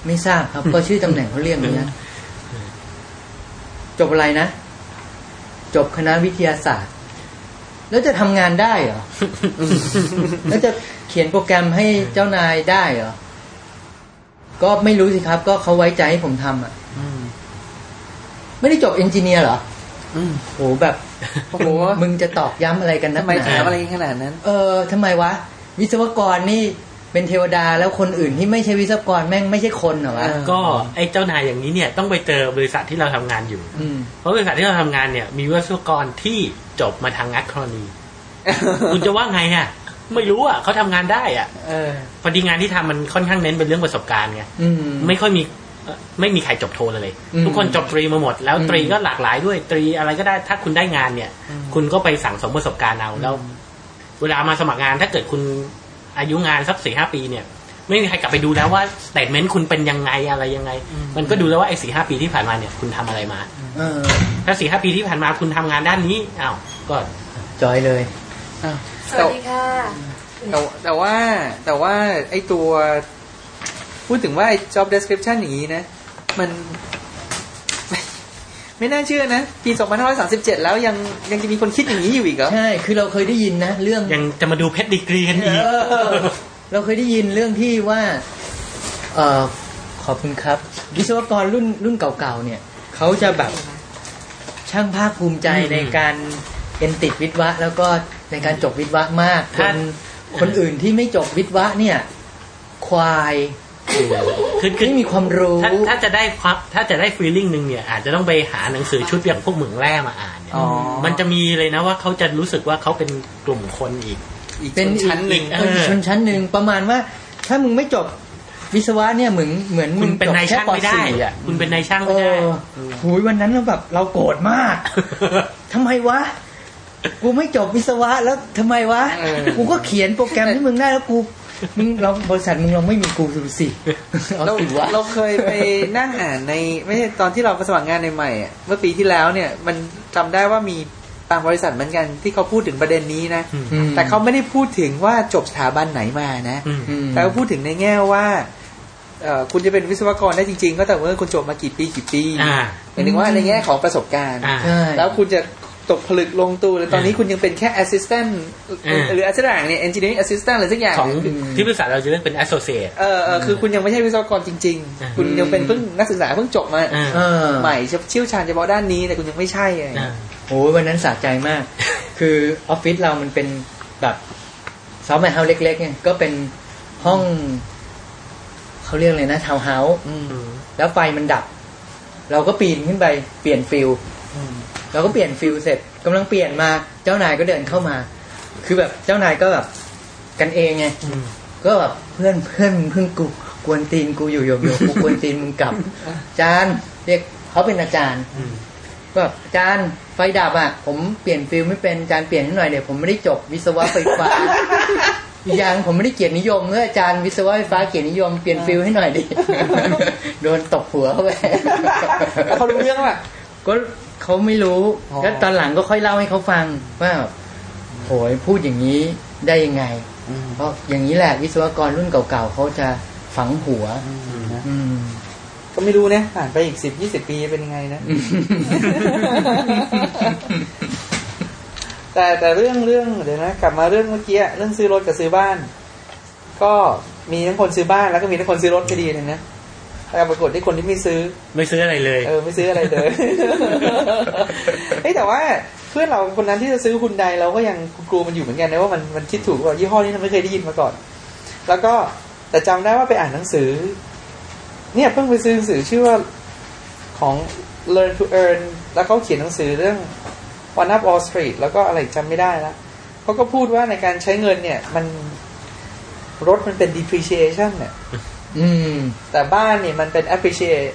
S4: ไม่ทราบครับ เพราะชื่อตำแหน่งเขาเรียกอย่างนี้ยจบอะไรนะ จบคณะวิทยาศาสตร์ แล้วจะทำงานได้เหรอ แล้วจะเขียนโปรแกรมให้เจ้านายได้เหรอ ก็ไม่รู้สิครับ ก็เขาไว้ใจให้ผมทำอ่ะ
S2: อืม
S4: ไม่ได้จบเอนจิเนียร์เหรอ
S2: อืม
S4: โหแบบ
S2: โอ้โห
S4: มึงจะตอกย้ำอะไรกันนั
S2: ทำ
S4: กห
S2: ไม
S4: นา
S2: ถามอะไรกันขนาดนั้น
S4: เออทำไมวะ วิศวกรนี่เป็นเทวดาแล้วคนอื่นที่ไม่ใช่วิศวกรแม่งไม่ใช่คนเหรอวะ
S2: เออ
S3: ก็ไอ้เจ้านายอย่างนี้เนี่ยต้องไปเจอบริษัทที่เราทำงานอยู่
S4: อืม
S3: เพราะบริษัทที่เราทำงานเนี่ยมีวิศวกรที่จบมาทางอัครนีคุณจะว่าไงอ่ะ ไม่รู้อ่ะเขาทำงานได้อ่ะ
S2: เออ
S3: พอดีงานที่ทำมันค่อนข้างเน้นเป็นเรื่องประสบการณ์ไง
S4: อืม
S3: ไม่ค่อยมีเอ่อไม่มีใครจบโทเลย
S4: อืม
S3: ทุกคนจบตรีมาหมด แล้ว
S4: อืม
S3: ตรีก็หลากหลายด้วยตรีอะไรก็ได้ถ้าคุณได้งานเนี่ย
S2: อืม
S3: คุณก็ไปสั่งสมประสบการณ์เอาแล้ว เวลามาสมัครงานถ้าเกิดคุณอายุงานสักสี่ห้าปีเนี่ย ไม่มีใครกลับไปดูแล้วว่าสเตทเมนต์คุณเป็นยังไงอะไรยังไง มันก็ดูแล้วว่าไอ้สี่ห้าปีที่ผ่านมาเนี่ยคุณทำอะไรมา
S4: เออ
S3: ถ้าสี่ห้าปีที่ผ่านมาคุณทำงานด้านนี้อ้าวก็
S4: จอยเลย
S2: อ้าว
S5: ส
S2: แต่
S5: วัสดีค่ะ
S2: แต่แต่ว่าแต่ว่าไอตัว พูดถึงว่าไอ้ job description อย่างนี้นะ มัน ไม่น่าเชื่อนะ ปี 2537 แล้วยังยังจะมีคนคิดอย่างนี้อยู่อีกเหรอ
S4: ใช่ คือเราเคยได้ยินนะ เรื่อง
S3: ยังจะมาดูเพชรดีกรีกันอีก
S4: เออ เราเคยได้ยินเรื่องที่ว่า เออขอบคุณครับ วิศวกรรุ่นรุ่นเก่าๆเนี่ย เขาจะแบบช่างภาคภูมิใจ
S3: อืม
S4: ในการเป็นติดวิทย์วะ แล้วก็ในการจบวิทย์วะมากค
S3: ถ้า
S4: นคนอื่นที่ไม่จบวิทย์วะเนี่ย ควาย
S3: คือคือ
S4: ไม่มีความรู้
S3: ถ้าถ้าจะได้ความถ้าจะได้ฟีลิ่งหนึ่งเนี่ยอาจจะต้องไปหาหนังสือชุดอย่างพวกเหมืองแร่มาอ่านเนี่ย
S2: อ๋อ
S3: มันจะมีเลยนะว่าเขาจะรู้สึกว่าเขาเป็นกลุ่มคนอีก
S2: อีก
S4: เป็นอีก
S2: ชั้นหนึ่ง
S4: เอออีกชนชั้นหนึ่งประมาณว่า ถ้ามึงไม่จบวิศวะเนี่ยเหมือนเหมือน
S3: คุ
S4: มึ
S3: ณ
S4: ง
S3: เป็น
S4: จบ
S3: นาย
S4: แค่
S3: ช่าง
S4: ป
S3: ไม่ได้
S4: สี่อ่ะ
S3: คุณเป็นนายช่าง
S4: เอ
S3: ไม่ได้
S4: อหูยวันนั้นเราแบบเราโกรธมาก ทำไมวะ กูไม่จบวิศวะแล้วทำไมวะ
S2: เออ
S4: กูก็เขียนโปรแกรมที่มึงได้แล้วกูมึงเราบริษัทมึงลองไม่มีกูดู สิเอา
S2: เรา
S4: สิวะ
S2: เราเคยไปนั่งอ่านในไม่ใช่ตอนที่เราไปสมัครงานใหม่ๆอ่ะเมื่อปีที่แล้วเนี่ย มันจำได้ว่ามีบางบริษัทเหมือนกันที่เขาพูดถึงประเด็นนี้นะ
S3: อืม
S4: อืม
S2: แต่เขาไม่ได้พูดถึงว่าจบสถาบันไหนมานะ
S3: อืม
S4: อืม
S2: แต่ว่าพูดถึงในแง่ว่าเอ่อคุณจะเป็นวิศวกรได้จริง ๆ ก็แต่เมื่อคุณจบมากี่ปีกี่ปี
S3: อ่า
S2: หมายถึงว่าในแง่ของประสบการณ์
S3: อ่า
S4: ใช่
S2: แล้วคุณจะตกผลึกลงตัวเลยตอนนี้
S3: อ่า
S2: คุณยังเป็นแค่ assistant
S3: อ่า
S2: หรืออะไรสักอย่างเนี่ย engineering assistant อะไรสักอย่าง
S3: ของ
S2: เนี่ย
S3: ที่บริษัทเราจะเรียกเป็น associate
S2: เออเออคือคุณยังไม่ใช่วิศวกรจริง
S3: อ่า
S2: ๆ คุณยังเป็นเพิ่งนักศึกษาเพิ่งจบมา
S3: อ่า
S4: เออ
S2: ใหม่เชี่ยวชาญเฉพาะด้านนี้แต่คุณยังไม่ใช่ไง
S3: อ่า
S4: โอ้ยวันนั้นสะใจ มาก คือออฟฟิศเรามันเป็นแบบซอฟต์แวร์เฮาส์เล็กๆไงก็เป็นห้อง เขาเรียกเลยนะทาวน์เฮาส์
S2: อืม
S4: แล้วไฟมันดับ เราก็ปีนขึ้นไปเปลี่ยนฟิล
S2: อืม
S4: เราก็เปลี่ยนฟิลเสร็จกำลังเปลี่ยนมาเจ้านายก็เดินเข้ามา คือแบบเจ้านายก็แบบกันเองไง
S3: อืม
S4: ก็แบบเพื่อนเพื่อนมึงเพิ่งกูกวนตีนกูอยู่โยกโยกกูกวนตีนมึงกลับอาจารย์เรียกเขาเป็นอาจารย์
S3: อืม
S4: แบบอาจารย์ไฟดับอ่ะ ผมเปลี่ยนฟิลไม่เป็นอาจารย์เปลี่ยนให้หน่อยเดี๋ยวผมไม่ได้จบวิศวะไฟฟ้า อีกอย่างผมไม่ได้เกียรตินิยมเมื่ออาจารย์วิศวะไฟฟ้าเกียรตินิยมเปลี่ยนฟิลให้หน่อยดิ โดนตบหัวเข้าไป
S2: แล้วเขารู้เรื่องป่ะ
S4: ก็เขาไม่รู้
S2: อ๋อ
S4: แล้วตอนหลังก็ค่อยเล่าให้เขาฟังว่าแบบโหยพูดอย่างนี้ได้ยังไง เพราะอย่างนี้แหละวิศวกรรุ่นเก่าๆเขาจะฝังหัว อืม
S2: ก็ไม่รู้นะผ่านไปอีกสิบยี่สิบปีจะเป็นยังไงนะ แต่แต่เรื่องเรื่องเดี๋ยวนะกลับมาเรื่องเมื่อกี้อะเรื่องซื้อรถกับซื้อบ้าน ก็มีทั้งคนซื้อบ้านแล้วก็มีทั้งคนซื้อรถก็ดีเลยนะแต่ปรากฏที่คนที่ไม่ซื้อ
S3: ไม่ซื้ออะไรเลย
S2: เออไม่ซื้ออะไรเลย เฮ้ยแต่ว่าเพื่อนเราคนนั้นที่จะซื้อคุณใดเราก็ยังกลัวมันอยู่เหมือนกันนะว่ามันมันคิดถูกว่ายี่ห้อนี้เราไม่เคยได้ยินมาก่อน แล้วก็แต่จำได้ว่าไปอ่านหนังสือ เนี่ยเพิ่งไปซื้อหนังสือชื่อว่าของ Learn to Earn แล้วเขาเขียนหนังสือเรื่อง One Up All Street แล้วก็อะไรจำไม่ได้ละเขาก็พูดว่าในการใช้เงินเนี่ยมันรถมันเป็น depreciation เนี่ย
S4: อืม
S2: แต่บ้านเนี่ยมันเป็น appreciate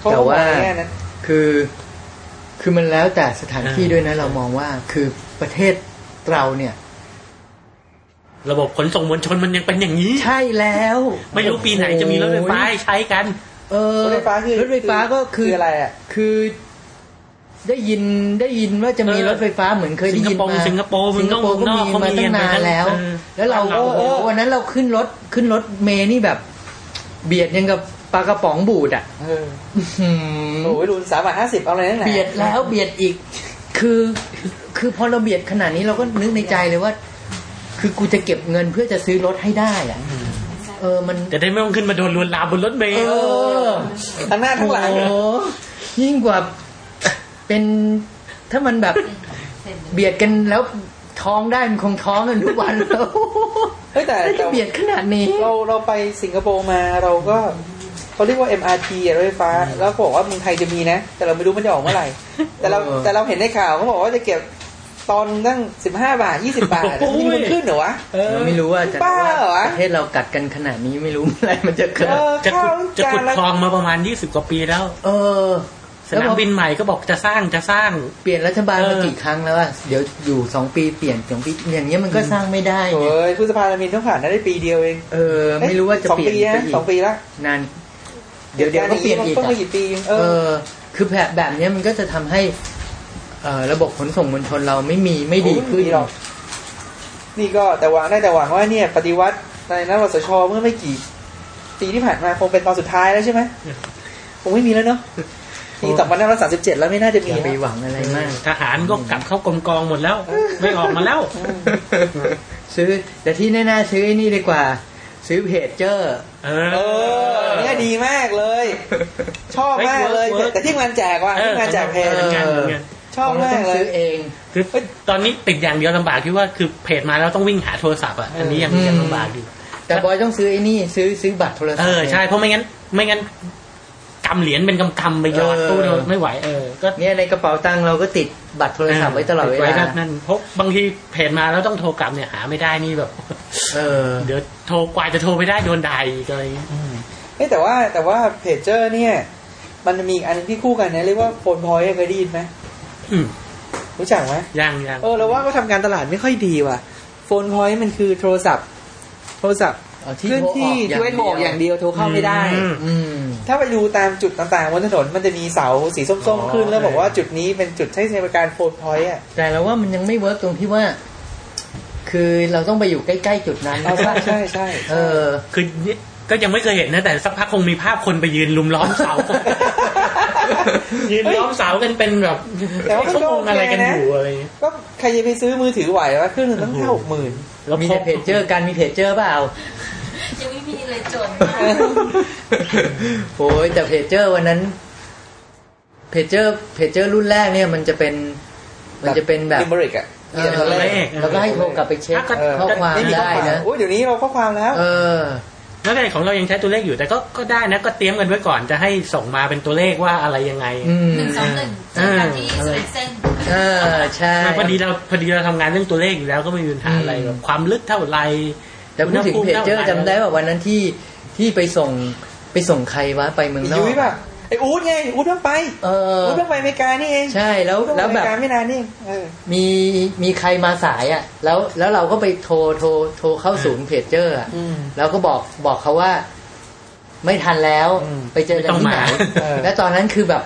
S2: เขก็บอกในแง่นั้น
S4: คือคือมันแล้วแต่สถานที่
S3: อ่า
S4: ด้วยนะ เรามองว่าคือประเทศเราเนี่ย
S3: ระบบขนส่งมวลชนมันยังเป็นอย่างนี้
S4: ใช่แล้ว
S3: ไม่รู้ปีไหนจะมีรถไฟฟ้าให้ใช้กัน
S4: เออ
S2: รถไฟฟ้าคือ
S4: รถไฟฟ้าก็คือ
S2: อะไรอ่ะ
S4: คือได้ยินได้ยินว่าจะมี
S3: เออ
S4: รถไฟฟ้าเหมือนเคยได้ยินมา
S3: สิงคโปร์สิ
S4: สิ
S3: ง
S4: ง
S3: ค
S4: ค
S3: โปร์
S4: โปร์
S3: เมือ
S4: ก็
S3: งนอก
S4: มีมาตั้งนานแล้ว
S3: เออ
S4: แล้วเราก็
S3: เออ
S4: วันนั้นเราขึ้นรถขึ้นรถเมย์นี่แบบ เบียดยังกับปลากระป๋องบูดอ่ะ
S2: เออ
S4: อื้อหือ
S2: โอ้ยรุนสามบาทห้าสิบเอาอะไรนั่นแหละ
S4: เบียดแล้วเบียดอีก คือ คือพอเราเบียดขนาดนี้เราก็นึกในใจเลยว่า คือกูจะเก็บเงินเพื่อจะซื้อรถให้ได้อะเออมัน
S3: จะได้ไม่ต้องขึ้นมาโดนลวนลามบนรถเม
S4: เอ
S3: ล์
S4: อ
S2: ทั้งหน้าทั้งหลัง
S4: โอ้โหยิ่งกว่า เป็น ถ้ามันแบบ
S5: ซ็นต์
S4: เบียดกันแล้วท้องได้มันคงท้องกันทุกวันแล้ว
S2: เฮ้ยแต่
S4: ไม่
S2: แต่
S4: ได้เบียดขนาดนี้
S2: เราเราไปสิงคโปร์มาเราก็เขาเรียกว่า MRT อะรถไฟฟ้า แล้วเขาบอกว่าเมืองไทยจะมีนะ แต่เราไม่รู้มันจะออกเมื่อไหร่ แต่เรา
S4: เออ
S2: แต่เราเห็นในข่าวเขาบอกว่าจะเก็บตอนตั้งสิบห้าบาทยี่สิบาทอะ
S3: โอ้ย
S2: นี่มันขึ้นเหรอวะ
S3: เออ
S4: เราไม่รู้ว่าจะ
S2: บ้าเหรอ
S4: ประเทศเรากัดกันขนาดนี้ไม่รู้เมื่อไหรมันจะเกิ
S2: เอ
S4: ด
S2: อ
S3: จะ
S2: ข้า
S3: ขุ
S2: ว
S3: ดจะ
S2: จา
S3: ขุ
S2: น
S3: ด
S2: ละ
S3: คลองมาประมาณ 20 กว่าปีแล้ว
S4: เออ
S3: สนามบินใหม่ก็บอกจะสร้างจะสร้าง
S4: เปลี่ยนรัฐบาลมา
S3: เออ
S4: กี่ครั้งแล้วอะเดี๋ยวอยู่สองปีเปลี่ยนสองปีอย่างเงี้ยมันก็สร้างไม่ได้ไง
S2: โอ้ยพฤษภาธมินต้องผ่านได้ปีเดียวเอง
S4: เออ ไม่รู้ว่าจะ
S2: สอง
S4: เปลี่ยน
S2: ปี
S4: ไป
S2: นะ
S4: อี
S2: สอง
S4: ก
S2: ปีละ
S4: นานเดี๋ยวเดี๋ยวก็เปลี่ยนอีก
S2: ต้อง
S4: อะ
S2: มากี่ปีเองเอ
S4: เอ
S2: อ
S4: อ คือแบบแบบเนี้ยมันก็จะทำให้เอ่อระบบขนส่งมวลชนเราไม่มีไม่ดีขึ้น
S2: โอ้ยไม่มีหรอก นี่ก็แต่หวังได้แต่หวังว่าเนี่ย ปฏิวัติในนั้นรสชเมื่อไม่กี่ปีที่ผ่านมาคงเป็นตอนสุดท้ายแล้วใช่ ไหมคงไม่มีแล้วเนาะปี
S4: โอ้
S2: สองพันห้าร้อยสามสิบเจ็ดแล้วไม่น่าจะมี
S4: อย่าไป
S2: แล้ว
S4: หวังอะไรมาก
S3: ทหารก็กลับเข้ากรมกองหมดแล้ว ไม่ออกมาแล้ว
S4: ซื้อ แต่ที่แน่ๆซื้อไอ้นี่ดีกว่า ซื้อเพจเจอร์
S3: เอ
S2: เอ
S3: อ
S2: อเนี่ยดีมากเลย ชอบมากเลย
S3: เวิร์กเวิร์ก
S2: แต่ที่งานแจกว่ะ
S3: เอ
S2: ที่
S3: อเหมื
S2: งานแจกเพจ
S4: เอ
S3: อน
S4: อ
S3: กันเหมือนกัน
S2: ชอบ
S4: เรา
S2: มา
S4: ต้
S2: ก
S4: อง
S2: เลย
S4: ซื้อเอง
S3: คือตอนนี้ติดอย่างเดียวลำบากที่ว่าคือเพจมาแล้วต้องวิ่งหาโทรศัพท์อ่ะอันนี้ยัง
S4: อืม
S3: ยังลำบากอยู่
S4: แต่บอยต้องซื้อไอ้นี่ซื้อซื้อบัตรโทรศั
S3: เอ
S4: พท์
S3: อใช่
S4: นี่ย
S3: เพราะไม่งั้นไม่งั้นกำเหรียญเป็นกำกำๆไปหยอด
S4: เออ
S3: ตู้เดียวไม่ไหวเออก็
S4: เนี่ยในกระเป๋าตังค์เราก็ติดบัตรโทรศัพท์ไว้ตลอดเว
S3: ไว้ค
S4: ลา
S3: รับนั่นเพราะบางทีเพจมาแล้วต้องโทรกลับเนี่ยหาไม่ได้นี่แบบ
S4: เออ
S3: เดี๋ยวโทรกว่าจะโทรไปได้โดนด่าอีกอะไรอย่างเงี้ย
S2: เอ้ยแต่ว่าแต่ว่าเพจเจอร์เนี่ย มันมีอีกอันหนึงที่คู่กันนะเรียกว่าโฟนพอยเคยได้ยินไหม
S3: อืม
S2: รู้จักไหม
S3: ยังยัง
S2: เออเราว่าก็ทำการตลาดไม่ค่อยดีว่ะโฟนพอยต์มันคือโทรศัพท์ โทรศัพท์
S4: เอาที่
S2: เคลื่อนที่
S4: โทรอ
S2: ช่วยโท
S4: อกอย่าง
S2: รออก
S4: เดียว
S2: อย่างเดียวโทรเข้าไม่ได้
S3: อืม
S4: อืม
S2: ถ้าไปดูตามจุดต่างๆบนถนนมันจะมีเสาสีส้ม
S4: อ๋อ
S2: ๆขึ้นแล้วบอกว่าจุดนี้เป็นจุดใช้ในบริการโฟนพอยต์อ่ะ
S4: แต่เราว่ามันยังไม่เวิร์กตรงที่ว่า คือเราต้องไปอยู่ใกล้ๆจุดนั้น
S2: เอาใช่ใช่ใช่
S4: เออ
S3: คือก็ยังไม่เคยเห็นนะแต่สักพักคงมีภาพคนไปยืนลุมล้อมเสา ยืนล้อมเสากันเป็นแบบ
S2: แต่ว่าก็
S3: ชั่วโมงอะไรกันอยู่
S2: โอเคนะ
S3: อะไรอย่างเงี้ย
S2: ก็ใครจะไปซื้อมือถือไหววะเครื่องหนึงตั้งห้าหกหมื่น
S3: แล้ว
S4: มี
S3: พ
S4: แต่
S3: บ
S4: เพจเจอร์กันมีเพจเจอร์เปล่า
S5: ยังไม่มีเลยจน
S4: โอ้ยแต่เพจเจอร์วันนั้นเพจเจอร์เพจเจอร์รุ่นแรกเนี่ยมันจะเป็น มันจะเป็นแบบ
S2: นิมบริกอ่ะ
S4: เออแล้วก็ให้โทรกลับไปเช็คข้อความ
S2: ไม่มีข้อ
S4: ได้
S2: ความ
S4: นะ
S2: โอ้ยเดี๋ยวนี้เราข้อความแล้ว
S4: เออ
S3: แล้วในของเรายังใช้ตัวเลขอยู่แต่ก็ก็ได้นะก็เตรียมกันไว้ก่อนจะให้ส่งมาเป็นตัวเลขว่าอะไรยังไง
S4: อืม
S5: หนึ่งสองหนึ่งเจอกันที่สเปนเซน
S4: เออใช่
S3: พอดีเราพอดีเราทำงานเรื่องตัวเลขอยู่แล้วก็ไม่มีปัญหาอะไรแบบความลึกเท่าไหร
S4: แต่พูดถึงเพจเจอร์จำได้ว่าวันนั้นที่ที่ไปส่งไปส่งใครวะไปเมืองนอ
S2: ยุ้
S4: ก
S2: ยแบบไอ้อู๊ดไงอู๊ดเพิ่งไป
S4: เออ
S2: อู๊ดเพิ่งไปอเมริกานี่เอง
S4: ใช่แล้ว
S2: อู๊ดเพิ่งไป
S4: แล้ว
S2: อเม
S4: แบบ
S2: ริกาไม่นานนี่เองเออ
S4: มีมีใครมาสายอ่ะ แล้วแล้วเราก็ไปโทรโทรโทรเข้าศูนย์เพจเจอร์อ่ะ
S2: อืม
S4: แล้วก็บอกบอกเขาว่า ไม่ทันแล้ว
S2: อืม
S4: ไปเจอกัน
S3: ต้อง
S4: ที่
S3: มา
S4: ไหน
S2: เออ
S4: และตอนนั้นคือแบบ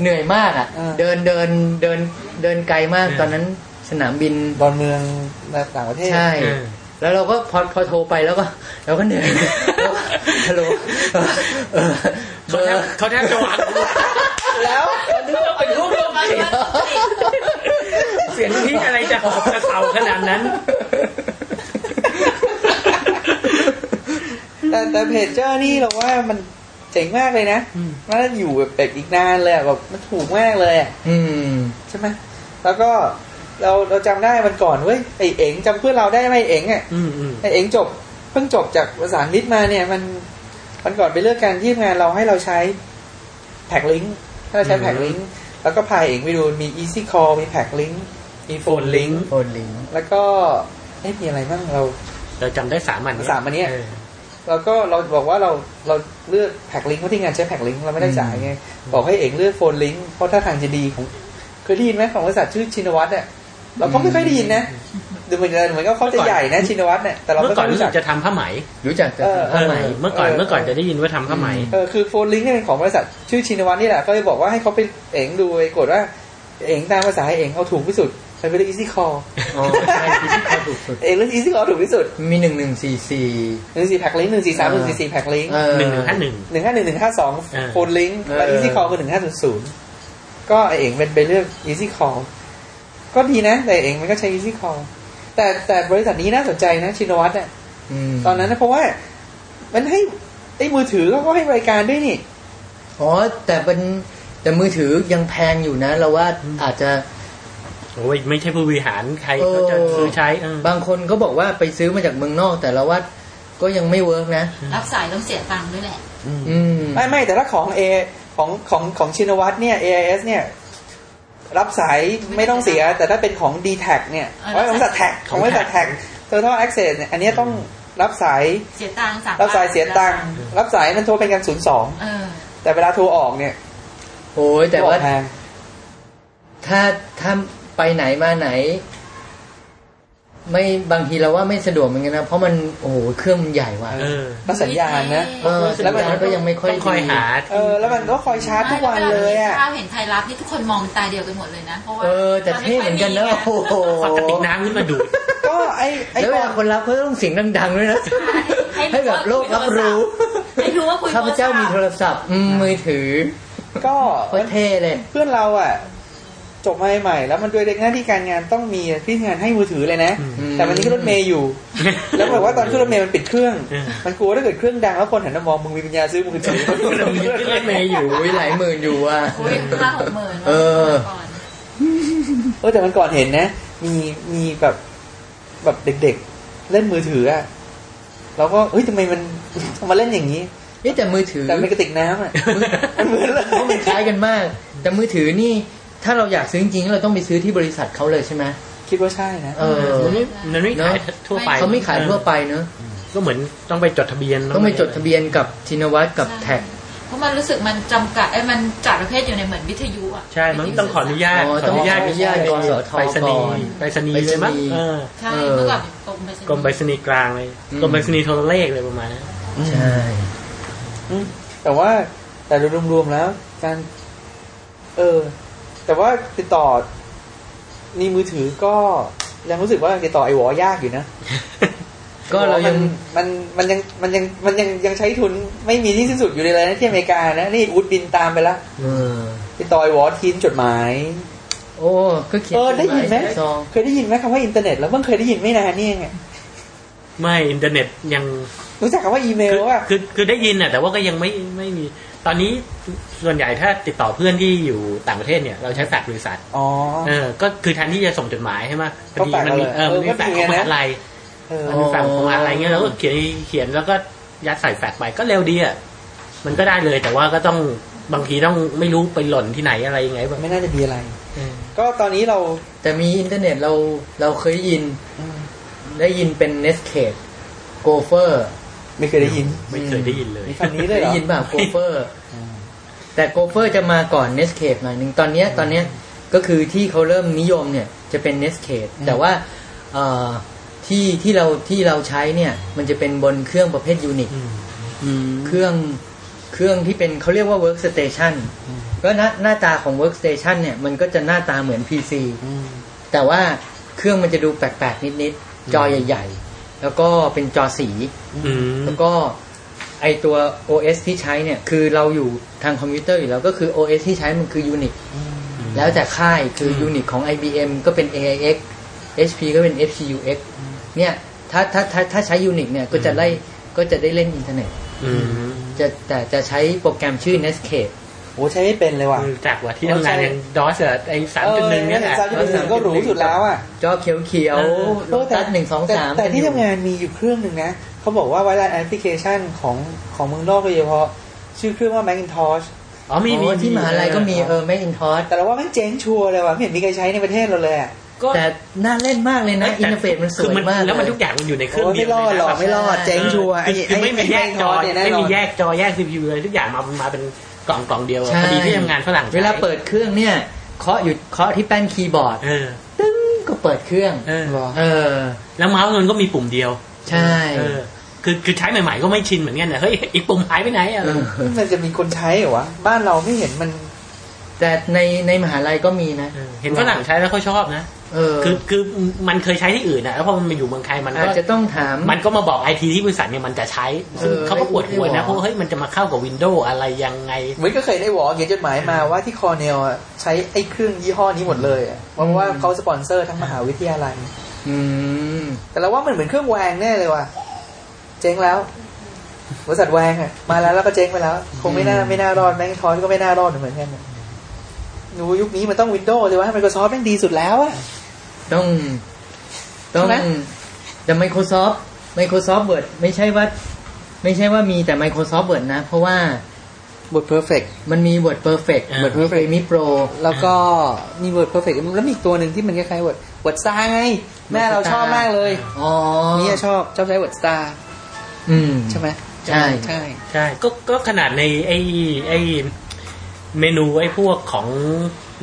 S4: เหนื่อยมากอ่ะ
S2: เออ
S4: เดินเดินเดินเดินไกลมากตอนนั้นสนามบิน
S2: ดอนเมืองต่างประเทศ
S4: ใช่
S3: เออ
S4: แล้วเราก็พอพอโทรไปแล้วก็เราก็เหนื่อยแล้วก็ฮัลโหลเออเออ
S3: เขาแทบเขาแทบจะวาง
S2: แล้ว
S3: เราเป็นรูปลงไปเสียงที่อะไรจะหอบกระเสาขนาดนั้น
S2: แต่แต่เพจเจอร์นี่เราว่ามันเจ๋งมากเลยนะ
S3: อืม
S2: มันอยู่แบบแบบอีกนานเลยอะแบบมันถูกมากเลยอะ
S4: อืม
S2: ใช่ไหมแล้วก็เราเราจำได้มันก่อนเว้ยไอเอ๋งจำเพื่อนเราได้ไหมไอ้เอ๋งอ่ะ
S3: อืมอืม
S2: ไอเอ๋งจบเพิ่งจบจากภาษามิตรมาเนี่ย มันมันก่อนไปเลือกการที่งานเราให้เราใช้แพ็กลิงให้เราใช้แพ็กลิงแล้วก็พาเอ๋งไปดูมี Easy Call มีแพ็กลิงมีโฟนลิง
S3: Link
S4: โฟนลิงก์
S2: แล้วก็เอ๊ะมีอะไรบ้างเรา
S3: เราจำได้สามอันเย
S2: สามอันเนี้ย
S3: เ
S2: แล้วก็เราบอกว่าเราเราเลือกแพ็กลิงก์เพราะที่งานใช้แพ็กลิงก์เราไม่ได้จ่ายไง บอกให้เอกเลือกโฟนลิงก์เพราะถ้าทางจะดีของเคยได้ยินไหมของบริษัทชื่อชินวัตรเนี่ยเราก็ไม่ค่อยได้ยินนะดูเหมือนกันเหมือนก็เขาจะใหญ่นะชินวัตรเนี่ยแต่เรา
S3: เมื่
S2: ไม่
S3: อ
S2: ค่อ
S3: ก่อย น
S2: รู้
S3: รู้
S2: จั
S3: สึ
S2: ก
S3: กจะทำผ้าไหม
S4: รู้จักแต่
S2: เออ
S4: ผ้าไหม
S3: เออเมื่อก่อน
S2: เออ
S3: เมื่อก่อนจะได้ยินว่าทำผ้าไหม
S2: เออคือโฟนลิงก์เนี่ยเป็นของบริษัทชื่อชินวัตรนี่แหละก็เลยบอกว่าให้เขาไปเองดูไปกดว่าเองตามภาษาให้เองเอาถูกที่สุดไปเลือกอีซี่คอ
S4: อ๋อใช่ที่ที่เขาถูกสุด
S2: เองเลือกอีซี่คอถูกที่สุด
S4: มีหนึ่งหนึ่งสี่สี่
S2: หนึ่งสี่แพ็กลิงก์หนึ่งสี่สามหนึ่งสี่สี่แพ็กลิงก์
S3: หนึ่งหนึ่งห้าหนึ่ง
S2: หนึ่งห้าหนึ่งหนึ่งห้าสอง
S3: อ่า
S2: โฟนลิงก์และ
S4: เอ
S2: อี
S4: อ
S2: ซี่คอลคือหนึ่งห้าศูนย์ศูนย์ก็ไอเองเป็นไปเลือกอีซี่คอลก็ดีนะ แต่เองมันก็ใช้อีซี่คอลแต่แต่บริษัทนี้น่าสนใจนะ ชินวัตรอะตอนนั้นนะเพราะว่า มันให้ไอ้มือถือเขาก็ให้บริการด้วยนี่
S4: อ๋อแต่เป็นแต่มือถือยังแพงอยู่นะ เราว่าอาจจะ
S3: โอ้ยไม่ใช่ผู้บริหารใครเขาจะ
S4: เออ
S3: ซื้อใช้เออบ
S4: างคนก็บอกว่าไปซื้อมาจากเมืองนอก แต่เราว่าก็ยังไม่เวิร์กนะ
S5: รับสายต้องเสียตังค์ด้วยแหละ
S4: อืม
S2: ไม่ไม่แต่ละของเอของของของชินวัตรเนี่ย AIS เนี่ย รับสายไม่ต้องเสีย แต่ถ้าเป็นของ d t แทเนี่ย
S5: เอ
S2: ไว้
S5: อ
S2: ของบริษัทแท็กของบริษัทแท็ก Total Access เนี่ยอันเนี้ยต้องรับสาย
S5: เสียตังค์สาม
S2: รับสายเสียตังค์รับสายนั่นโทรเป็นการศูนย์สอง
S5: เออ
S2: แต่เวลาโทรออกเนี่ย
S4: โอ้ยแต่ว่า
S2: โทรออกพง
S4: ถ้าถ้าไปไหนมาไหน ไม่บางทีเราว่าไม่สะดวกเหมือนกันนะ เพราะมันโอ้โหเครื่องมันใหญ่ว่ะ
S3: เออ
S2: แล้วสัญญาณนะ
S4: เออสัญญาณก็ยังไม่ค่อย
S3: ต้องคอย
S4: ดี
S3: หา
S2: เออแล้วมันก็คอยชาร์จทุกวันเลยอ่ะ
S5: ข้าวเห็นไทยรับนี่ทุกคนมองตาเดียวกันหมดเลยนะ เพราะว่า
S4: เออ แต่เท่เหมือนกันนะโอ้โห
S3: ฝักกระติกน้ำขึ้นมาดูด
S2: ก็ไอ้ไอ้
S4: แล้วเว
S2: ก่อ
S4: ลาน คนรับเขาต้องเสียงดังๆด้วยนะ ให้แบบโลกรับรู้
S5: ให้รู้ว่าคุยโทร
S4: ข้าพ
S5: ศัพท์
S4: เจ้ามีโทรศัพท์อืมมือถือ
S2: ก็
S4: โคตรเท่เลย
S2: เพื่อนเราอ่ะ จบมาใหม่ๆแล้วมันด้วยหน้าที่การงานต้องมีที่งานให้มือถือเลยนะ
S4: อืม
S2: แต่วันนี้ก็รถเมย์อยู่ แล้วแบบว่าตอนขึ้นรถเมย์มันปิดเครื่อง มันกลัวถ้าเกิดเครื่องดังแล้วคนหันมามองมึงมีปัญญาซื้อมือถือ
S3: เรามีขึ้นรถเมย์อยู่
S4: โอ้ยหลายหมื่นอยู่อ่ะ
S5: คุยห้าหกหมื่น
S4: เออ
S5: ก่อน
S2: เออแต่มันก่อนเห็นนะ มีมีแบบแบบเด็กๆ เล่นมือถืออ่ะเราก็เฮ้ยทำไมมันมาเล่นอย่างนี้
S4: นี่แต่มือถือ
S2: แต่เป็นกระติกน้ำอ่ะมันเหมือนเลย
S4: เพราะมันคล้ายกันมาก แต่มือถือนี่ถ้าเราอยากซื้อจริงๆเราต้องไปซื้อที่บริษัทเขาเลยใช่ไหม
S2: คิดว่าใช่นะ
S4: เออ
S3: มันไม่มันไม่ขายทั่วไป
S4: เขาไม่ขายทั่วไปเนอะ
S3: ก็เหมือนต้องไปจดทะเบียน
S4: ต้องไปจดทะเบียนกับชินวัตรกับแท็ก
S5: เพราะมันรู้สึกมันจำกัดไอ้ยมันจัดประเภทอยู่ในเหมือนวิทยุอ่ะ
S3: ใช่มันต้องขออนุญาต
S4: อ๋
S3: ข
S4: อ
S3: อ
S4: ต้อ
S3: องนุญาต
S4: อนุญาตกสท
S3: ไปสนี
S4: ก่
S3: ย์
S4: อน
S3: ไปสนีย์เลยมั้ง
S4: ไปสนีย์
S3: เออ
S5: ใช่
S4: เออ
S5: เมื่อก่อนเป็นกรมไปรษณี
S3: กรมไปสนี
S5: ย์
S3: ย์กลางเลย
S4: อืม
S3: กรมไปสนีย์โทรเลขเลยประมาณนั้น
S4: ใช่
S2: อืมแต่ว่าแต่โดยรวมๆแล้ว การ เออ แต่ว่าติดต่อนี่มือถือก็ยังรู้สึกว่าติดต่อไอ้หวอยากอยู่นะ
S4: ก็เรายัง
S2: มันมันยังมันยังมันยังยังใช้ทุนไม่มีที่สิ้นสุดอยู่เลยนะที่อเมริกานะนี่อุดบินตามไปละ
S4: เออ
S2: ติดต่อไอ้หวอทีนจดหมาย
S4: โอ้ก็เขียน
S2: เออได้ยินไหม
S4: ใส่ซอง
S2: เคยได้ยินไหมคำว่าอินเทอร์เน็ตแล้วเพิ่งเคยได้ยินไม่นานนี่เองอะ
S3: ไม่อินเทอร์เน็ตยัง
S2: รู้จักคำว่าอีเม
S3: คื
S2: ล
S3: อ
S2: ว่า
S3: คือคือได้ยินน่ะแต่ว่าก็ยังไม่ไม่มี ตอนนี้ส่วนใหญ่ถ้าติดต่อเพื่อนที่อยู่ต่างประเทศเนี่ยเราใช้แฟกซ์บริษัท
S2: อ๋อ
S3: เออ ก็คือแทนที่จะส่งจดหมายใช่ไหมพอดีมันมี
S2: ก็แปะมาเลยเออก็ดี
S3: เออมันมีแฟกซ์ของ
S2: นะ
S3: มหาลัย
S2: เออ
S3: มันมีแฟกซ์ของมหาลัยเงี้ยแล้วก็เขียนเขียนแล้วก็ยัดใส่แฟกซ์ไปก็เร็วดีอ่ะ มันก็ได้เลยแต่ว่าก็ต้องบางทีต้องไม่รู้ไปหล่นที่ไหนอะไรยังไงแบบ
S2: ไม่น่าจะมีอะไร
S3: เออ
S2: ก็ตอนนี้เรา
S4: แต่มีอินเทอร์เน็ตเราเราเคยได้ยิน
S2: อืม
S4: ได้ยินเป็นเนสเคปโกเฟอร์
S2: ไม่เคยได้ยิน
S3: ไม่เคยได้ยินเลย
S2: มีคำนี้เลยเหรอ
S4: ได้ยินแบบโกเฟอร์ แต่โกเฟอร์จะมาก่อนเนสเคปหน่อยหนึ่งตอนเนี้ยตอนเนี้ยก็คือที่เขาเริ่มนิยมเนี่ยจะเป็นเนสเคปแต่ว่าเอ่อที่ที่เราที่เราใช้เนี่ยมันจะเป็นบนเครื่องประเภทยูนิค
S3: อืม
S4: เครื่องเครื่องที่เป็นเขาเรียกว่า Workstation ก็หน้าหน้าตาของ Workstation เนี่ยมันก็จะหน้าตาเหมือน PC แต่ว่าเครื่องมันจะดูแปลกๆนิดๆจอใหญ่ ๆ แล้วก็เป็นจอสี
S3: อืม
S4: แล้วก็ไอตัว OS ที่ใช้เนี่ย คือเราอยู่ทางคอมพิวเตอร์อยู่แล้วก็คือ OS ที่ใช้มันคือ Unix แล้วแต่ค่ายคืออ Unix ของ IBM ก็เป็น AIX HP ก็เป็น FCUX เนี่ยถ้าถ้าถ้าถ้าใช้ Unix เนี่ยก็จะได้ก็จะได้เล่นอินเทอร์เน็ต
S3: อืม
S4: จะแต่จะใช้โปรแกรมชื่อ Netscape
S2: โอ้ใช้ไม่เป็นเลยว่ะ
S3: คือจากว่าที่ทำงานยังดอสไอ้สามจุดหนึ่งเนี่ยแหละ
S2: สามจุดหนึ่งก็หรูสุดแล้วอ่ะ
S4: จอเขียวเขียว
S3: เออ
S4: โลตัสหนึ่งสองสาม
S2: แต่แต่ที่ทำงานมีอยู่เครื่องหนึ่งนะ เขาบอกว่าไวรัสแอปพลิเคชันของของเมืองนอกโดยเฉพาะ ชื่อเครื่องว่า Macintosh
S3: อ๋อมีมี
S4: อ๋อที่มหาลัยก็มีเออ Macintosh
S2: แต่เราว่าแม่งเจ๊งชัวร์เลยว่ะไม่เห็นมีใครใช้ในประเทศเราเลยอะ
S3: ก็
S4: แต่น่าเล่นมากเลยนะ อินเทอร์เฟซมันส
S3: คือ
S4: วยมาก
S3: แล้วมัน
S4: เลย
S3: ทุกอย่างมันอยู่ในเครื่
S2: โอ้
S3: อง
S2: ย
S3: เดีย
S2: ไม่
S3: วเล
S2: รอด
S3: ยนะ
S2: หรอกไม่รอดเจ๊งชัวร์ไอ้
S3: คือ
S2: ไอ้
S3: ไม่มีแยกจอ
S2: เนี่ยแน่
S3: ไม่
S2: นอ
S3: มี
S2: น
S3: แยกจอแยกซีพียูเลยทุกอย่างมามาเป็นกล่องกล่องเดียวอะ
S4: ใช่
S3: พอดีที่ทำงานฝรั่งใช้
S4: เวลาเปิดเครื่องเนี่ยเคาะอยู่เคาะที่แป้นคีย์บอร์ด
S3: เออ
S4: ตึ้งก็เปิดเครื่อง
S3: เออ
S2: หรอ
S4: เออ
S3: แล้วเมาส์มันก็มีปุ่มเดียว
S4: ใช่
S3: เออคือคือใช้ใหม่ๆก็ไม่ชินเหมือนกันนะเฮ้ยอีกปุ่มหายไปไหนอะ
S4: เออ
S2: มันจะมีคนใช้เหรอวะ บ้านเราไม่เห็นมัน
S4: แต่ในในมหาลัยก็มีนะ
S3: เออเห็นฝรั่งใช้แล้วเขาชอบนะ
S4: เออ
S3: คือคือมันเคยใช้ที่อื่นนะแล้วพอมันมาอยู่เมืองไทยมัน
S4: อา
S3: ก็
S4: จจะต้องถาม
S3: มันก็มาบอกไอทีที่บริษัทเนี่ยมันจะใช้ซึ่ง
S4: เออ
S3: เขาก็ปวดหัว
S4: ไม่
S3: นะเพ
S4: รู้
S3: ราะว่าเฮ้ยมันจะมาเข้ากับวินโดว์อะไรยังไง
S2: เหมือนก็เคยได้หวอเขียนจดหมายมาว่าที่คอเนลอะใช้ไอ้เครื่องยี่ห้อนี้หมดเลยอะเพราะว่าเขาสปอนเซอร์ทั้งมหาวิทยาลัย
S4: อืม
S2: แต่เราว่ามันเหมือนเครื่องแวงแน่เลยว่ะ เจ๊งแล้วบริษัทแวงอ่ะ มาแล้วแล้วก็เจ๊งไปแล้ว คงไม่น่าไม่น่ารอดแมงทอนก็ไม่น่ารอดเหมือนกันอะ ดูยุคนี้มันต้องวินโดว์เลยว่า Microsoft แม่งดีสุดแล้วอะ
S4: ต้อง ต้อง
S2: ใช่ไหม
S4: แต่ Microsoft Microsoft Word ไม่ใช่ว่า ไม่ใช่ว่ามีแต่ Microsoft Word นะ เพราะว่า
S2: บท perfect
S4: มันมี Word Perfect
S3: อ่า
S4: Word Perfect มี Pro
S2: แล้วก็มี word perfect แล้วมีอีกตัวหนึ่งที่มันคล้ายๆ word word star ไงแม่เราชอบมากเลย
S4: อ๋อ
S2: เนี่ยชอบชอบใช้ word star
S4: อืม
S2: ใช่ไหม
S4: ใช่
S2: ใช่
S3: ใช่ก็ก็ขนาดในไอ้ไอ้เมนูไอ้พวกของ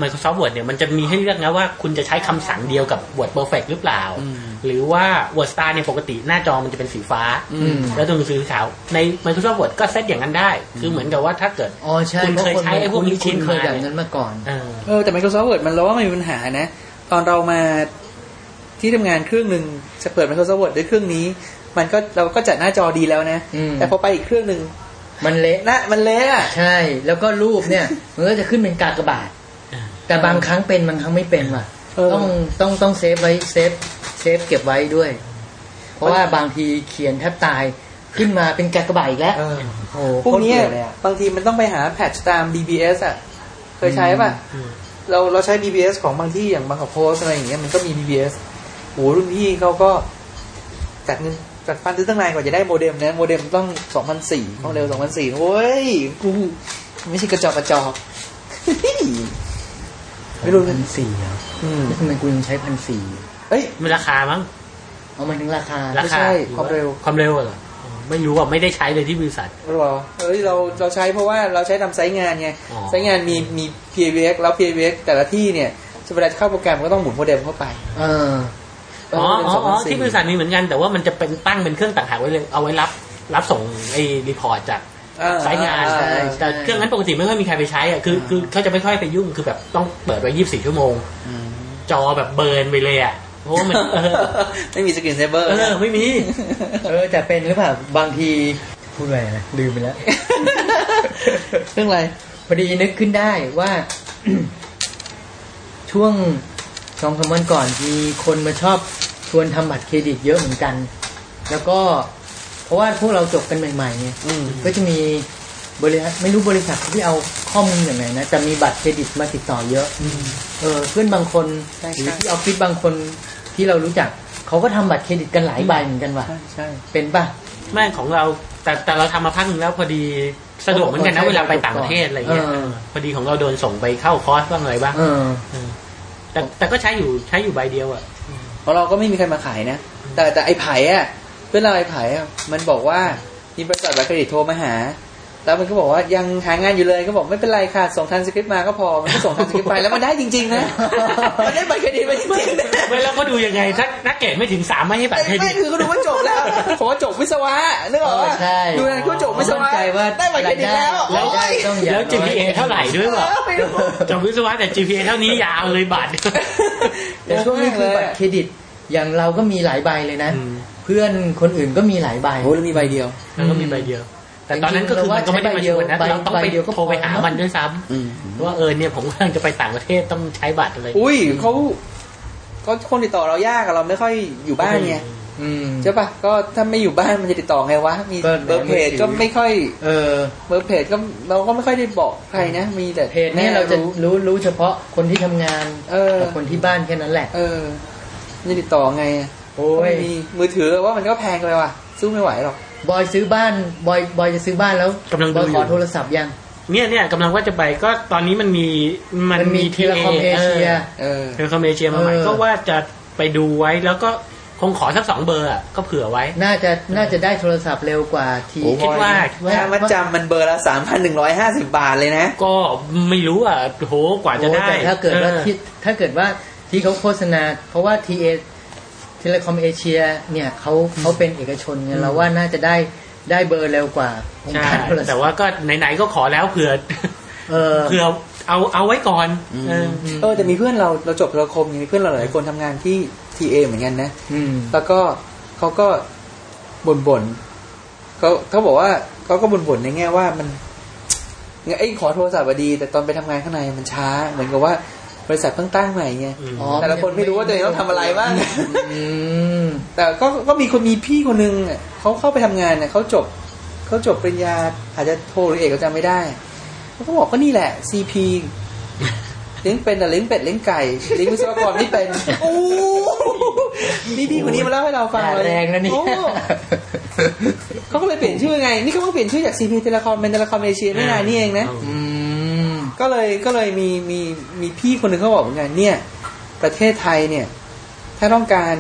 S3: Microsoft Word เนี่ยมันจะมีให้เลือกนะว่าคุณจะใช้คำสั่งเดียวกับ Word Perfect หรือเปล่า
S2: อืม
S3: หรือว่า Word Star เนี่ยปกติหน้าจอมันจะเป็นสีฟ้า
S4: อืม
S3: แล้วตรงสีขาวใน Microsoft Word ก็เซตอย่างนั้นได้ คือเหมือนกับว่าถ้าเกิด
S4: อ๋อใช่
S3: คุณ
S4: เพราะ
S3: เคย
S4: คน
S3: ใช้ไอ้พวกนี้
S4: คุ้น
S3: ชิน
S4: เคย
S3: มา
S4: แบบนั้นมาก่อน
S3: เออ
S2: เออแต่ Microsoft Word มันเราว่ามันมีปัญหานะ ตอนเรามาที่ทำงานเครื่องหนึ่งจะเปิด Microsoft Word ด้วยเครื่องนี้ มันก็เราก็จัดหน้าจอดีแล้วนะ
S4: อืม
S2: แต่พอไปอีกเครื่องหนึ่ง
S4: มันเละ
S2: หน้ามันเละอะ
S4: ใช่ แล้วก็รูปเนี่ย มันก็จะขึ้นเป็นกากบาท แต่บางครั้งเป็นบางครั้งไม่เป็นว่ะ
S2: เออ
S4: ต้องต้องต้องเซฟไว้เซฟเซฟเก็บไว้ด้วย เพราะว่าบางทีเขียนแทบตายขึ้นมาเป็นกากบาทอีกแล้ว
S2: เออ
S4: โอ้โห
S2: พวกเนี้ย
S4: โคตรเบื่อเลยอะ
S2: บางทีมันต้องไปหาแพทช์ตาม BBS อ่ะ เคยใช้ป่ะ
S3: อืม
S2: เราเราใช้ BBS ของบางที่อย่างบางกอกโพสอะไรอย่างเงี้ยมันก็มี BBS โหรุ่นพี่เขาก็จัดเงินจัดฟันซื้อตั้งนานกว่าจะได้โมเด็มนะ โมเด็มต้องสองพันสี่ความเร็วสองพันสี่โอ้ยกูไม่ใช่กระจอกกระจอก ไม่รู้
S4: พันสี่แล้ว
S2: อืม
S4: ทำไมกูยังใช้พันสี่
S2: เอ้ย
S3: มันราคามั้ง
S4: เอามาถึงราคา
S3: รา
S2: ไม่
S3: คา
S2: ใช่
S3: หอ
S2: ความเร็ว
S3: ความเร็วเหรออ๋อไม่รู้อ่ะไม่ได้ใช้เลยที่บริษัท
S2: หรอเอ้ยเราเราใช้เพราะว่าเราใช้ทำไซต์งานไง
S3: อ๋อ
S2: ไซต์งานมีมี PAVX แล้ว PAVX แต่ละที่เนี่ยเวลาจะเข้าโปรแกรมก็ต้องหมุนโมเด็มเข้าไป
S4: เออ
S3: อ๋ออ๋ออ๋อที่บริ
S2: ษัท
S3: ษัทมีเหมือนกันแต่ว่ามันจะเป็นตั้งเป็นเครื่องต่างหากไว้เลยเอาไว้รับรับส่งไอ้รีพอร์ตจาก สายงาน
S4: ใช่
S3: แต่เครื่องนั้นปกติไม่ค่อยมีใครไปใช้อ่ะคือคือเขาจะไม่ค่อยไปยุ่งคือแบบต้องเปิดไว้ยี่สิบสี่ชั่วโมง จอแบบเบิร์นไปเลยอ่ะเพราะว่ามันเออ
S2: ไม่มีสกินเซเบอร์
S3: เออไม่มี
S4: เออแต่เป็นหรือเปล่าบางทีพูดไปนะลืมไปแล้ว
S2: เรื่องอะไร
S4: พอดีนึกขึ้นได้ว่า ช่วงสองสามวันก่อนมีคนมาชอบชวนทำบัตรเครดิตเยอะเหมือนกัน แล้วก็เพราะว่าพวกเราจบกันใหม่ๆไง
S2: อืม
S4: ก็จะมีบริษัทไม่รู้บริษัทที่เอาข้อมูลอย่างไหนนะแต่มีบัตรเครดิตมาติดต่อเยอะเออเพื่อนบางคน
S2: ใช่
S4: หรื
S2: ใช่
S4: อที่ออฟฟิศบางคนที่เรารู้จักเขาก็ทำบัตรเครดิตกันหลายใบเหมือนกันว่ะ
S2: ใช่ใช่
S4: เป็นป่ะ
S3: ไม่ของเราแต่แต่เราทำมาพักหนึงแล้วพอดีสะดวกเหมือนกันนะเวลาไปต่างประเทศอะไรเงี้ย
S4: เออ
S3: พอดีของเราโดนส่งไปเข้าคอร์สบ้างอะไรบ้าง
S4: เออ
S3: แต่แต่ก็ใช้อยู่ใช้อยู่ใบเดียวอ่ะ
S2: ของเราก็ไม่มีใครมาขายนะ แต่แต่ไอ้ไผ่อะเพื่อนเราไอ้ไผ่อะมันบอกว่ามีบริษัทบัตรเครดิตโทรมาหา แล้วมันก็บอกว่ายังหางานอยู่เลยก็บอกไม่เป็นไรค่ะส่งทันสคริปต์มาก็พอมันก็ส่งทันสคริปต์ไปแล้วมันได้จริงๆนะมันได้บัตรเครดิตมาจริงๆนะ
S3: เวลาเขาดูยังไงถ้านักเกตไม่ถึงสามไม่ให้บัตรเครดิ
S2: ไม่
S3: ต
S2: คือเขาดูว่าจบแล้วผมว่าจบวิศวะนึกออก
S4: เออ
S2: ปะ
S4: ใช่
S2: ดูนะเขาจบวิศวะ
S4: มั่นใจว่า
S2: ได้บัตรเครดิตแล้ว
S4: รายได้รายได้ต้องอย่าง
S3: แล้ว
S4: น้อย
S3: GPA เท่าไหร่ด้วยวะ
S2: เออไม่รู้
S3: จบวิศวะแต่ GPA เท่านี้ยาวเลยบั ตร
S4: แต่ช่วงนี้คือบัตรเครดิตอย่างเราก็มีหลายใบเลยนะ
S3: อืม
S4: เพื่อนคนอื่นก็มีหลายใบ
S2: โอ้เรามีใบเดียว
S3: แล้วก็มีใบเดียว แต่ตอนนั้นก็คือมันก็ไม่ได้มาชวนนะ
S4: ใบเดียว
S3: เราต้องไป
S4: ใบเดียวก็พอ
S3: โทรไปหามันด้วยซ้ำว่าเออเนี่ยผมกำลังจะไปต่างประเทศต้องใช้บัตรอะไร
S2: อุ้ยเขาก็คนติดต่อเรายากอะเราไม่ค่อยอยู่บ้านไง
S4: อืม
S2: ใช่ปะก็ถ้าไม่อยู่บ้านมันจะติดต่อไงวะมี
S4: ก็
S2: เบอร์เพจ
S4: ในมือถือ
S2: ก็ไม่ค่อย
S4: เออ
S2: เบอร์เพจก็เราก็ไม่ค่อยได้บอกใครนะ มีแต่
S4: เพจเนี่ยเราจะรู้รู้เฉพาะคนที่ทำงาน
S2: เออ
S4: กับคนที่บ้านแค่นั้นแหละ
S2: เออมันจะติดต่อไงอะ
S4: โอ้ย
S2: ไม่มีมือถือว่ามันก็แพงเลยว่ะสู้ไม่ไหวหรอก
S4: บอยซื้อบ้านบอยบอยจะซื้อบ้านแล้ว
S3: กำลัง
S4: บ
S3: ดู
S4: อย
S3: อ
S4: ขอยู่ โทรศัพท์ยัง
S3: เนี่ยเนี่ยกำลังว่าจะไปก็ตอนนี้มันมีมันมี
S4: เทเลคอม
S3: TA
S4: เอเชีย
S2: เออ
S3: เทเลคอมเอเชียมาใหม่
S4: เออ
S3: ก็ว่าจะไปดูไว้แล้วก็คงขอสักสองเบอร์อะก็เผื่อไว้
S4: น่าจะน่าจะได้โทรศัพท์เร็วกว่าที
S2: โอ้
S3: คิดว่า
S4: ว่า
S2: ค่ามัดจำมันเบอร์ละสามพันหนึ่งร้อยห้าสิบบาทเลยนะ
S3: ก็ไม่รู้อ่ะโหกว่าจะได้
S4: โอ้แต่ถ้าเกิดว่า
S3: ออ
S4: ที่ถ้าเกิดว่าที่เขาโฆษณา เพราะว่าทีเอทเลคอมเอเชียเนี่ยเขาเขาเป็นเอกชนไงเราว่าน่าจะได้ได้เบอร์เร็วกว่าองค์
S3: ใช่
S4: การโทรศั
S3: แต่
S4: พท์
S3: ว่าก็ไหนๆก็ขอแล้วเผื่อ
S4: เออ
S3: เผื่อเอาเอาไว้ก่อน
S2: อืม
S3: เออ
S2: เออแต่มีเพื่อนเราเราจบประคมยังมีเพื่อนเราหลายคนทำงานที่ TA เหมือนกันนะ
S4: อืม
S2: แล้วก็เขาก็บ่นบ่นๆเขาเขาบอกว่าเขาก็บ่นบ่นๆในแง่ว่ามันไอ้ยขอโทรศัพท์อะดี แต่ตอนไปทำงานข้างในมันช้า เหมือนกับว่าบริษัทเพิ่งตั้งใหม่ไง
S3: อืม
S4: อ๋อ
S2: แต่ละคนไม่รู้ว่าตัวเองต้องทำอะไรบ้าง
S4: อืม
S2: แต่ก็ก็มีคนมีพี่คนนึงอ่ะเขาเข้าไปทำงานเนี่ยเขาจบเขาจบปริญญา อาจจะโทหรือเอกก็จำไม่ได้เขาก็บอกก็นี่แหละ CP ลี้ยงเป็นแต่เลี้ยงเป็ดเลี้ยงไก่เลี้ยงวิศวกรไม่ เป็นโอ้นี่พี่คนนี้มาเล่าให้เราฟังเลย
S4: แรงนะเนี่ย
S2: โอ้เขาก็เลยเปลี่ยนชื่อไง นี่เขาเพิ่งเปลี่ยนชื่อจาก CP เทเลคอมเป็นเทเลคอมเอเชียไม่นานนี่เองนะ
S4: อืม
S2: ก็เลยก็เลยมีมีมีพี่คนหนึ่งเขาบอกเหมือนกันเนี่ย ประเทศไทยเนี่ย ถ้าต้องการ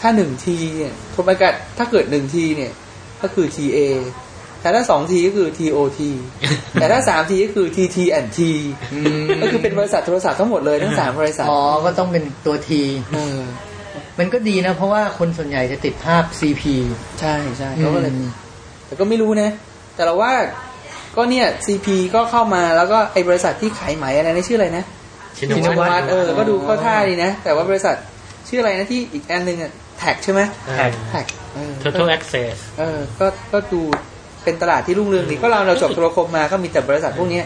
S2: ถ้าหนึ่งทีเนี่ยโทรไปกัดถ้าเกิดหนึ่งทีเนี่ย ก็คือ TA แต่ถ้าสองทีก็คือ TOT แต่ถ้าสามทีก็คือ TT&T
S4: อืม
S2: ก็คือเป็นบริษัทโทรศัพท์ทั้งหมดเลยทั้งสามบริษัท
S4: อ๋อ ก็ต้องเป็นตัวที
S2: เออ
S4: มันก็ดีนะ เพราะว่าคนส่วนใหญ่จะติดภาพ CP
S2: ใช่ใช่
S4: อืม
S2: เขาก็เลยแต่ก็ไม่รู้นะ แต่เราว่าก็เนี่ย CP ก็เข้ามาแล้วก็ไอ้บริษัทที่ขายไหมอะไรนะชื่ออะไรนะ
S3: ชิ
S2: ชิน
S3: น
S2: วั
S3: วั
S2: ต
S3: ต
S2: ร
S3: ร
S2: เออ ก็ดูเข้าท่าดีนะ แต่ว่าบริษัทชื่ออะไรนะที่อีกอันหนึ่งอะแท็กใช่ไหมแท็กเออ
S3: เทอร์เทิลแอคเซส
S2: เออ ก็ก็ดูเป็นตลาดที่รุ่งเรืองดีก็เราเราจบโทรคมมาก็มีแต่บริษัทพวกเนี้ย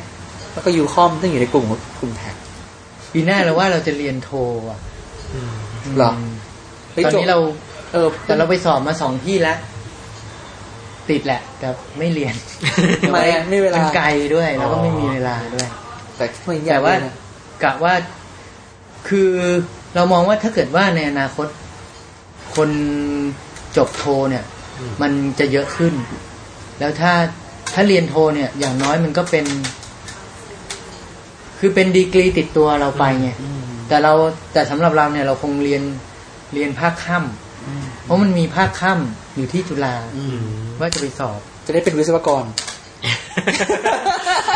S2: แล้วก็ยูคอมซึ่งอยู่ในกลุ่มกลุ่มแท็ก
S4: ปีหน้าเราว่าเราจะเรียนโทอ่ะ
S2: หรอ
S4: ตอนนี้เรา
S2: เออ
S4: แต่เราไปสอบมาสองที่แล้ว ติดแหละ แต่ไม่เรียน
S2: ทำไมอะไม่เวลาน
S4: ไกลด้วย แล้วก็ไม่มีเวลาด้วย
S2: แต่ไม่อยา
S4: แต่
S2: ก
S4: ว่า
S2: เรียนนะ
S4: กะว่าคือเรามองว่าถ้าเกิดว่าในอนาคต คนจบโทเนี่ย มันจะเยอะขึ้น แล้วถ้าถ้าเรียนโทเนี่ย อย่างน้อยมันก็เป็น คือเป็นดีกรีติดตัวเราไปไงแต่เราแต่สำหรับเราเนี่ยเราคงเรียนเรียนภาคค่ำเพราะมันมีภาคค่ำอยู่ที่จุฬาว่าจะไปสอบ
S2: จะได้เป็นวิศวกร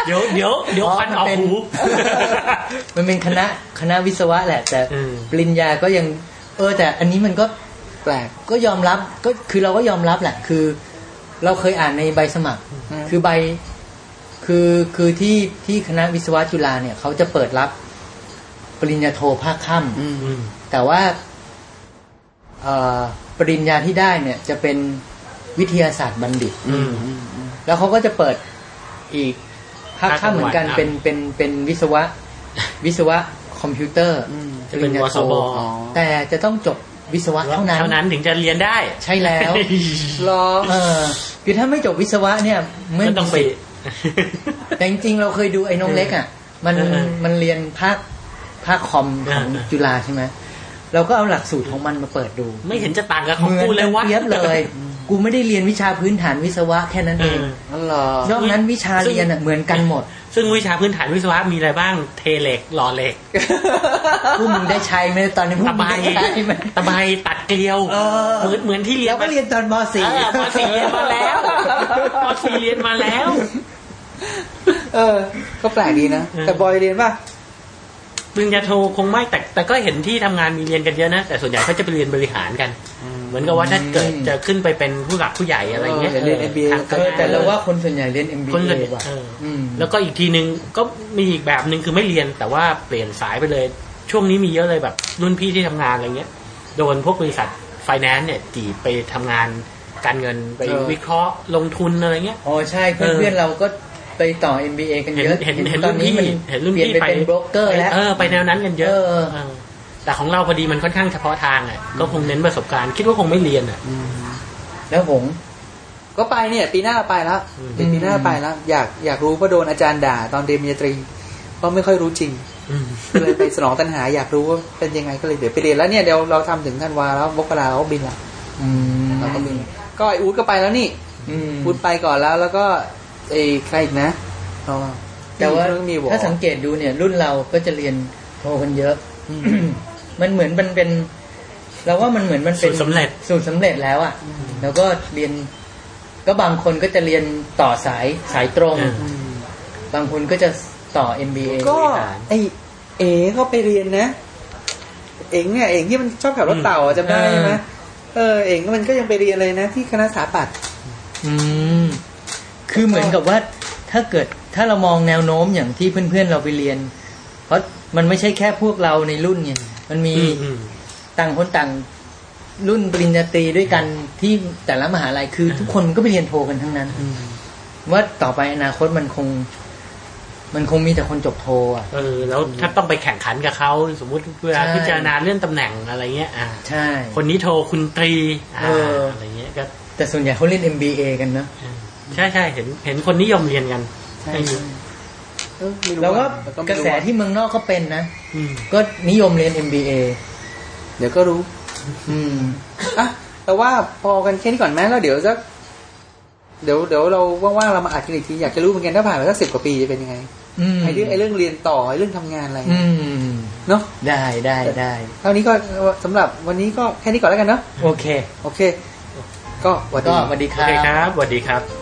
S3: เดี๋ยวเดี๋ยวเดี๋ยว
S4: อ๋อ
S3: ควันออก
S4: มันเป็น
S3: หู
S4: มันเป็นคณะคณะวิศวะแหละ แต่
S3: อืม
S4: ปริญญาก็ยัง เออ แต่อันนี้มันก็
S2: แปลก
S4: ก็ยอมรับก็คือเราก็ยอมรับแหละ คือ เราเคยอ่านในใบสมัคร
S2: อืม
S4: คือใบ คือคือที่ที่คณะวิศวะจุฬาเนี่ย เขาจะเปิดรับปริญญาโทภาคค่
S2: อืม
S3: อืม
S4: ำแต่ว่าเอ่อปริญญาที่ได้เนี่ย จะเป็นวิทยาศาสตร์บัณฑิต
S3: อืม
S4: แล้วเขาก็จะเปิดอีกภาค
S3: ภาคกลา
S4: ค่ำ
S3: ง
S4: เหมือนกัน
S3: วันอ่ะ
S4: เป็นเป็นเป็นวิศวะ วิศวะคอมพิวเตอร์
S2: อืม
S4: ปริญญา
S3: จะเป็นว
S4: โท
S3: สบ
S2: อ๋อ
S4: แต่จะต้องจบวิศวะเท่านั้น
S3: เท่านั้นถึงจะเรียนได้
S4: ใช่แล้ว
S2: รอ
S4: เออคือถ้าไม่จบวิศวะเนี่ยไม่
S3: ก็ต้องไป
S4: แต่จริงๆเราเคยดูไอ้น้องเล็กอ่ะ มัน
S3: เออ
S4: มันเรียนภาคภาคคอมของ
S3: เออ
S4: จุฬาใช่ไหมเราก็เอาหลักสูตรของมันมาเปิดดู
S3: ไม่เห็นจะต่างกับ
S4: เห
S3: ของ
S4: มือน
S3: กูเลยวะ
S4: เทียบเลย กูไม่ได้เรียนวิชาพื้นฐานวิศวะแค่นั้นเอง
S3: เออ
S2: นั่นเหรอน
S4: อกนั้นวิชาเรียนอะเหมือนกันหมด
S3: ซึ่งวิชาพื้นฐานวิศวะมีอะไรบ้าง เทเหล็กหล่อเหล็ก
S4: พวกมึงได้ใช้ไหมตอนนี้พวก
S3: ตะ
S4: มึ
S3: ไบ
S4: งได้ใช้ไหม
S3: ตะไบตัดเกลียว
S4: เออ
S3: เหมือนเหมือนที่เรียน
S4: เราก็เรียนตอนมสี่
S3: เออมสี่เรียนมาแล้วมสี่เรียนมาแล้ว
S2: เออ ก็แปลกดีนะ
S3: เออ
S2: แต่บอยเรียนป่ะ
S3: ปริญญาโทคงไม่แต่แต่ก็เห็นที่ทำงานมีเรียนกันเยอะนะ แต่ส่วนใหญ่เขาจะไปเรียนบริหารกัน เหมือนกับว่าถ้าเกิดจะขึ้นไปเป็นผู้หลักผู้ใหญ่อะไรเงี้ย
S2: เออเรียน MBA
S3: ทางก
S4: เออแต่
S3: แต่
S4: เราว่าคนส่วนใหญ่เรียน
S3: คนเล
S4: MBA
S3: ย
S4: ว่ะ
S3: เออ
S4: ม
S3: แล้วก็อีกทีนึงก็มีอีกแบบหนึ่งคือไม่เรียนแต่ว่าเปลี่ยนสายไปเลย ช่วงนี้มีเยอะเลยแบบ รุ่นพี่ที่ทำงานอะไรเงี้ยโดนพวกบริษัทไฟแนนซ์เนี่ยจีบไปทำงานการเงินไป
S2: เออ
S3: วิเคราะห์ลงทุนอะไรเงี้ย
S4: อ๋อใช่เพื่
S3: เอ
S4: อน
S3: อ
S4: เพื่อนเราก็ไปต่อ MBA กันเยอะ
S3: เห็นเห็นเห็น
S4: ตอ
S3: รุ่
S4: น
S3: น
S4: นี้
S3: พี่
S4: มัน
S3: เห็นรุ่น
S4: เปลี่ยน
S3: พี่
S4: ไป
S3: ไป
S4: เป็นโบรกเกอร์แล้ว
S3: เออไปแนวนั้นกันเยอะ
S4: เออ
S3: เออแต่ของเราพอดีมันค่อนข้างเฉพาะทางอ่ะก็คงเน้นประสบการณ์ คิดว่าคงไม่เรียนอ่ะ
S4: แล้วหง
S2: ก็ไปเนี่ย ปีหน้าเราไปแล้ว
S3: อืม
S2: เดี๋ยวปีหน้าไปแล้ว อยากอยากรู้เพราะโดนอาจารย์ด่าตอนเรียนปริญญาตรีเพราะไม่ค่อยรู้จริง ก็เลยไปสนองตัณหาอยากรู้ว่าเป็นยังไงก็เลยเดี๋ยวไปเรียนแล้วเนี่ยเดี๋ยวเราทำถึงธันวาแล้วมกราเราก็บินละ
S4: อืม
S2: เราก็บินก็ไออูดก็ไปแล้วนี่
S4: อืม
S2: อูดไปก่อนแล้วแล้วก็ไอใครอีกนะอ๋อ
S4: แต่ว่า
S2: เรื่องมีบอก
S4: ถ้าสังเกตดูเนี่ย รุ่นเราก็จะเรียนโทกันเยอะ มันเหมือนมันเป็น เราว่ามันเหมือนมันเป็น
S3: สูตรสำเร็จ
S4: สูตรสำเร็จแล้วอ่ะ แล้วก็เรียน ก็บางคนก็จะเรียนต่อสายสายตรง
S3: เออ
S2: อืม
S4: บางคนก็จะต่อ MBA
S2: ก็
S4: บริหาร
S2: ไอเอ๋ก็ไปเรียนนะ เอ๋งเนี่ยเอ๋งที่มันชอบขับรถเต่าอะจำได้ใช่ไหม
S4: เออ
S2: เออเอ๋งมันก็ยังไปเรียนเลยนะ ที่คณะสถาปัตย์
S4: อืม คือเหมือนกับว่าถ้าเกิดถ้าเรามองแนวโน้มอย่างที่เพื่อนๆเราไปเรียน เพราะมันไม่ใช่แค่พวกเราในรุ่นไงมันมี
S3: อืมอืม
S4: ต่างคนต่างรุ่นปริญญาตรีด้วยกันที่แต่ละมหาลัยคือ
S3: อืม
S4: ทุกคนมันก็ไปเรียนโทกันทั้งนั้นว่าต่อไปอนาคตมันคง มันคงมีแต่คนจบโทอ่ะ
S3: เออแล้วถ้าต้องไปแข่งขันกับเขาสมมุติเวลา
S4: ใช่
S3: พิจารณาเรื่องตำแหน่งอะไรเงี้ยอ่า
S4: ใช่
S3: คนนี้โทรคุณตรีอ่า
S4: เอออ
S3: อะไรเงี้ยก็
S4: แต่ส่วนใหญ่เขาเล่น MBA กันเนอะ
S3: ใช่ใช่ๆเห็นเห็นคนนิยมเรียนกัน
S2: ใช่
S3: ไม่
S2: เออไม่รู้
S4: แล้วก็
S2: อะต่
S4: ก
S2: ไม่
S4: ระแสที่เมืองนอกก็เป็นนะ
S3: อืม
S4: ก็นิยมเรียน MBA
S2: เดี๋ยวก็รู้
S4: อืม
S2: อ่ะแต่ว่าพอกันแค่นี้ก่อนไหมแล้วเดี๋ยวสักเดี๋ยวเดี๋ยวเราว่างๆเรามาอัดกันอีกทีอยากจะรู้เหมือนกันถ้าผ่านไปสักสิบกว่าปีจะเป็นยังไง
S4: อืม
S2: ไอ้เรื่องไอ้เรื่องเรียนต่อไอ้เรื่องทำงานอะไร
S4: อืม
S2: เนาะ
S4: ได้ได้ได้
S2: เท่านี้ก็สำหรับวันนี้ก็แค่นี้ก่อนแล้วกันเนาะ
S4: โอเค
S2: โอเค ก็สวัส
S4: ก็
S2: ดี
S4: สวัสดี
S3: โอ
S4: ครั
S3: เค
S4: บ
S3: ครับสวัสดีครับ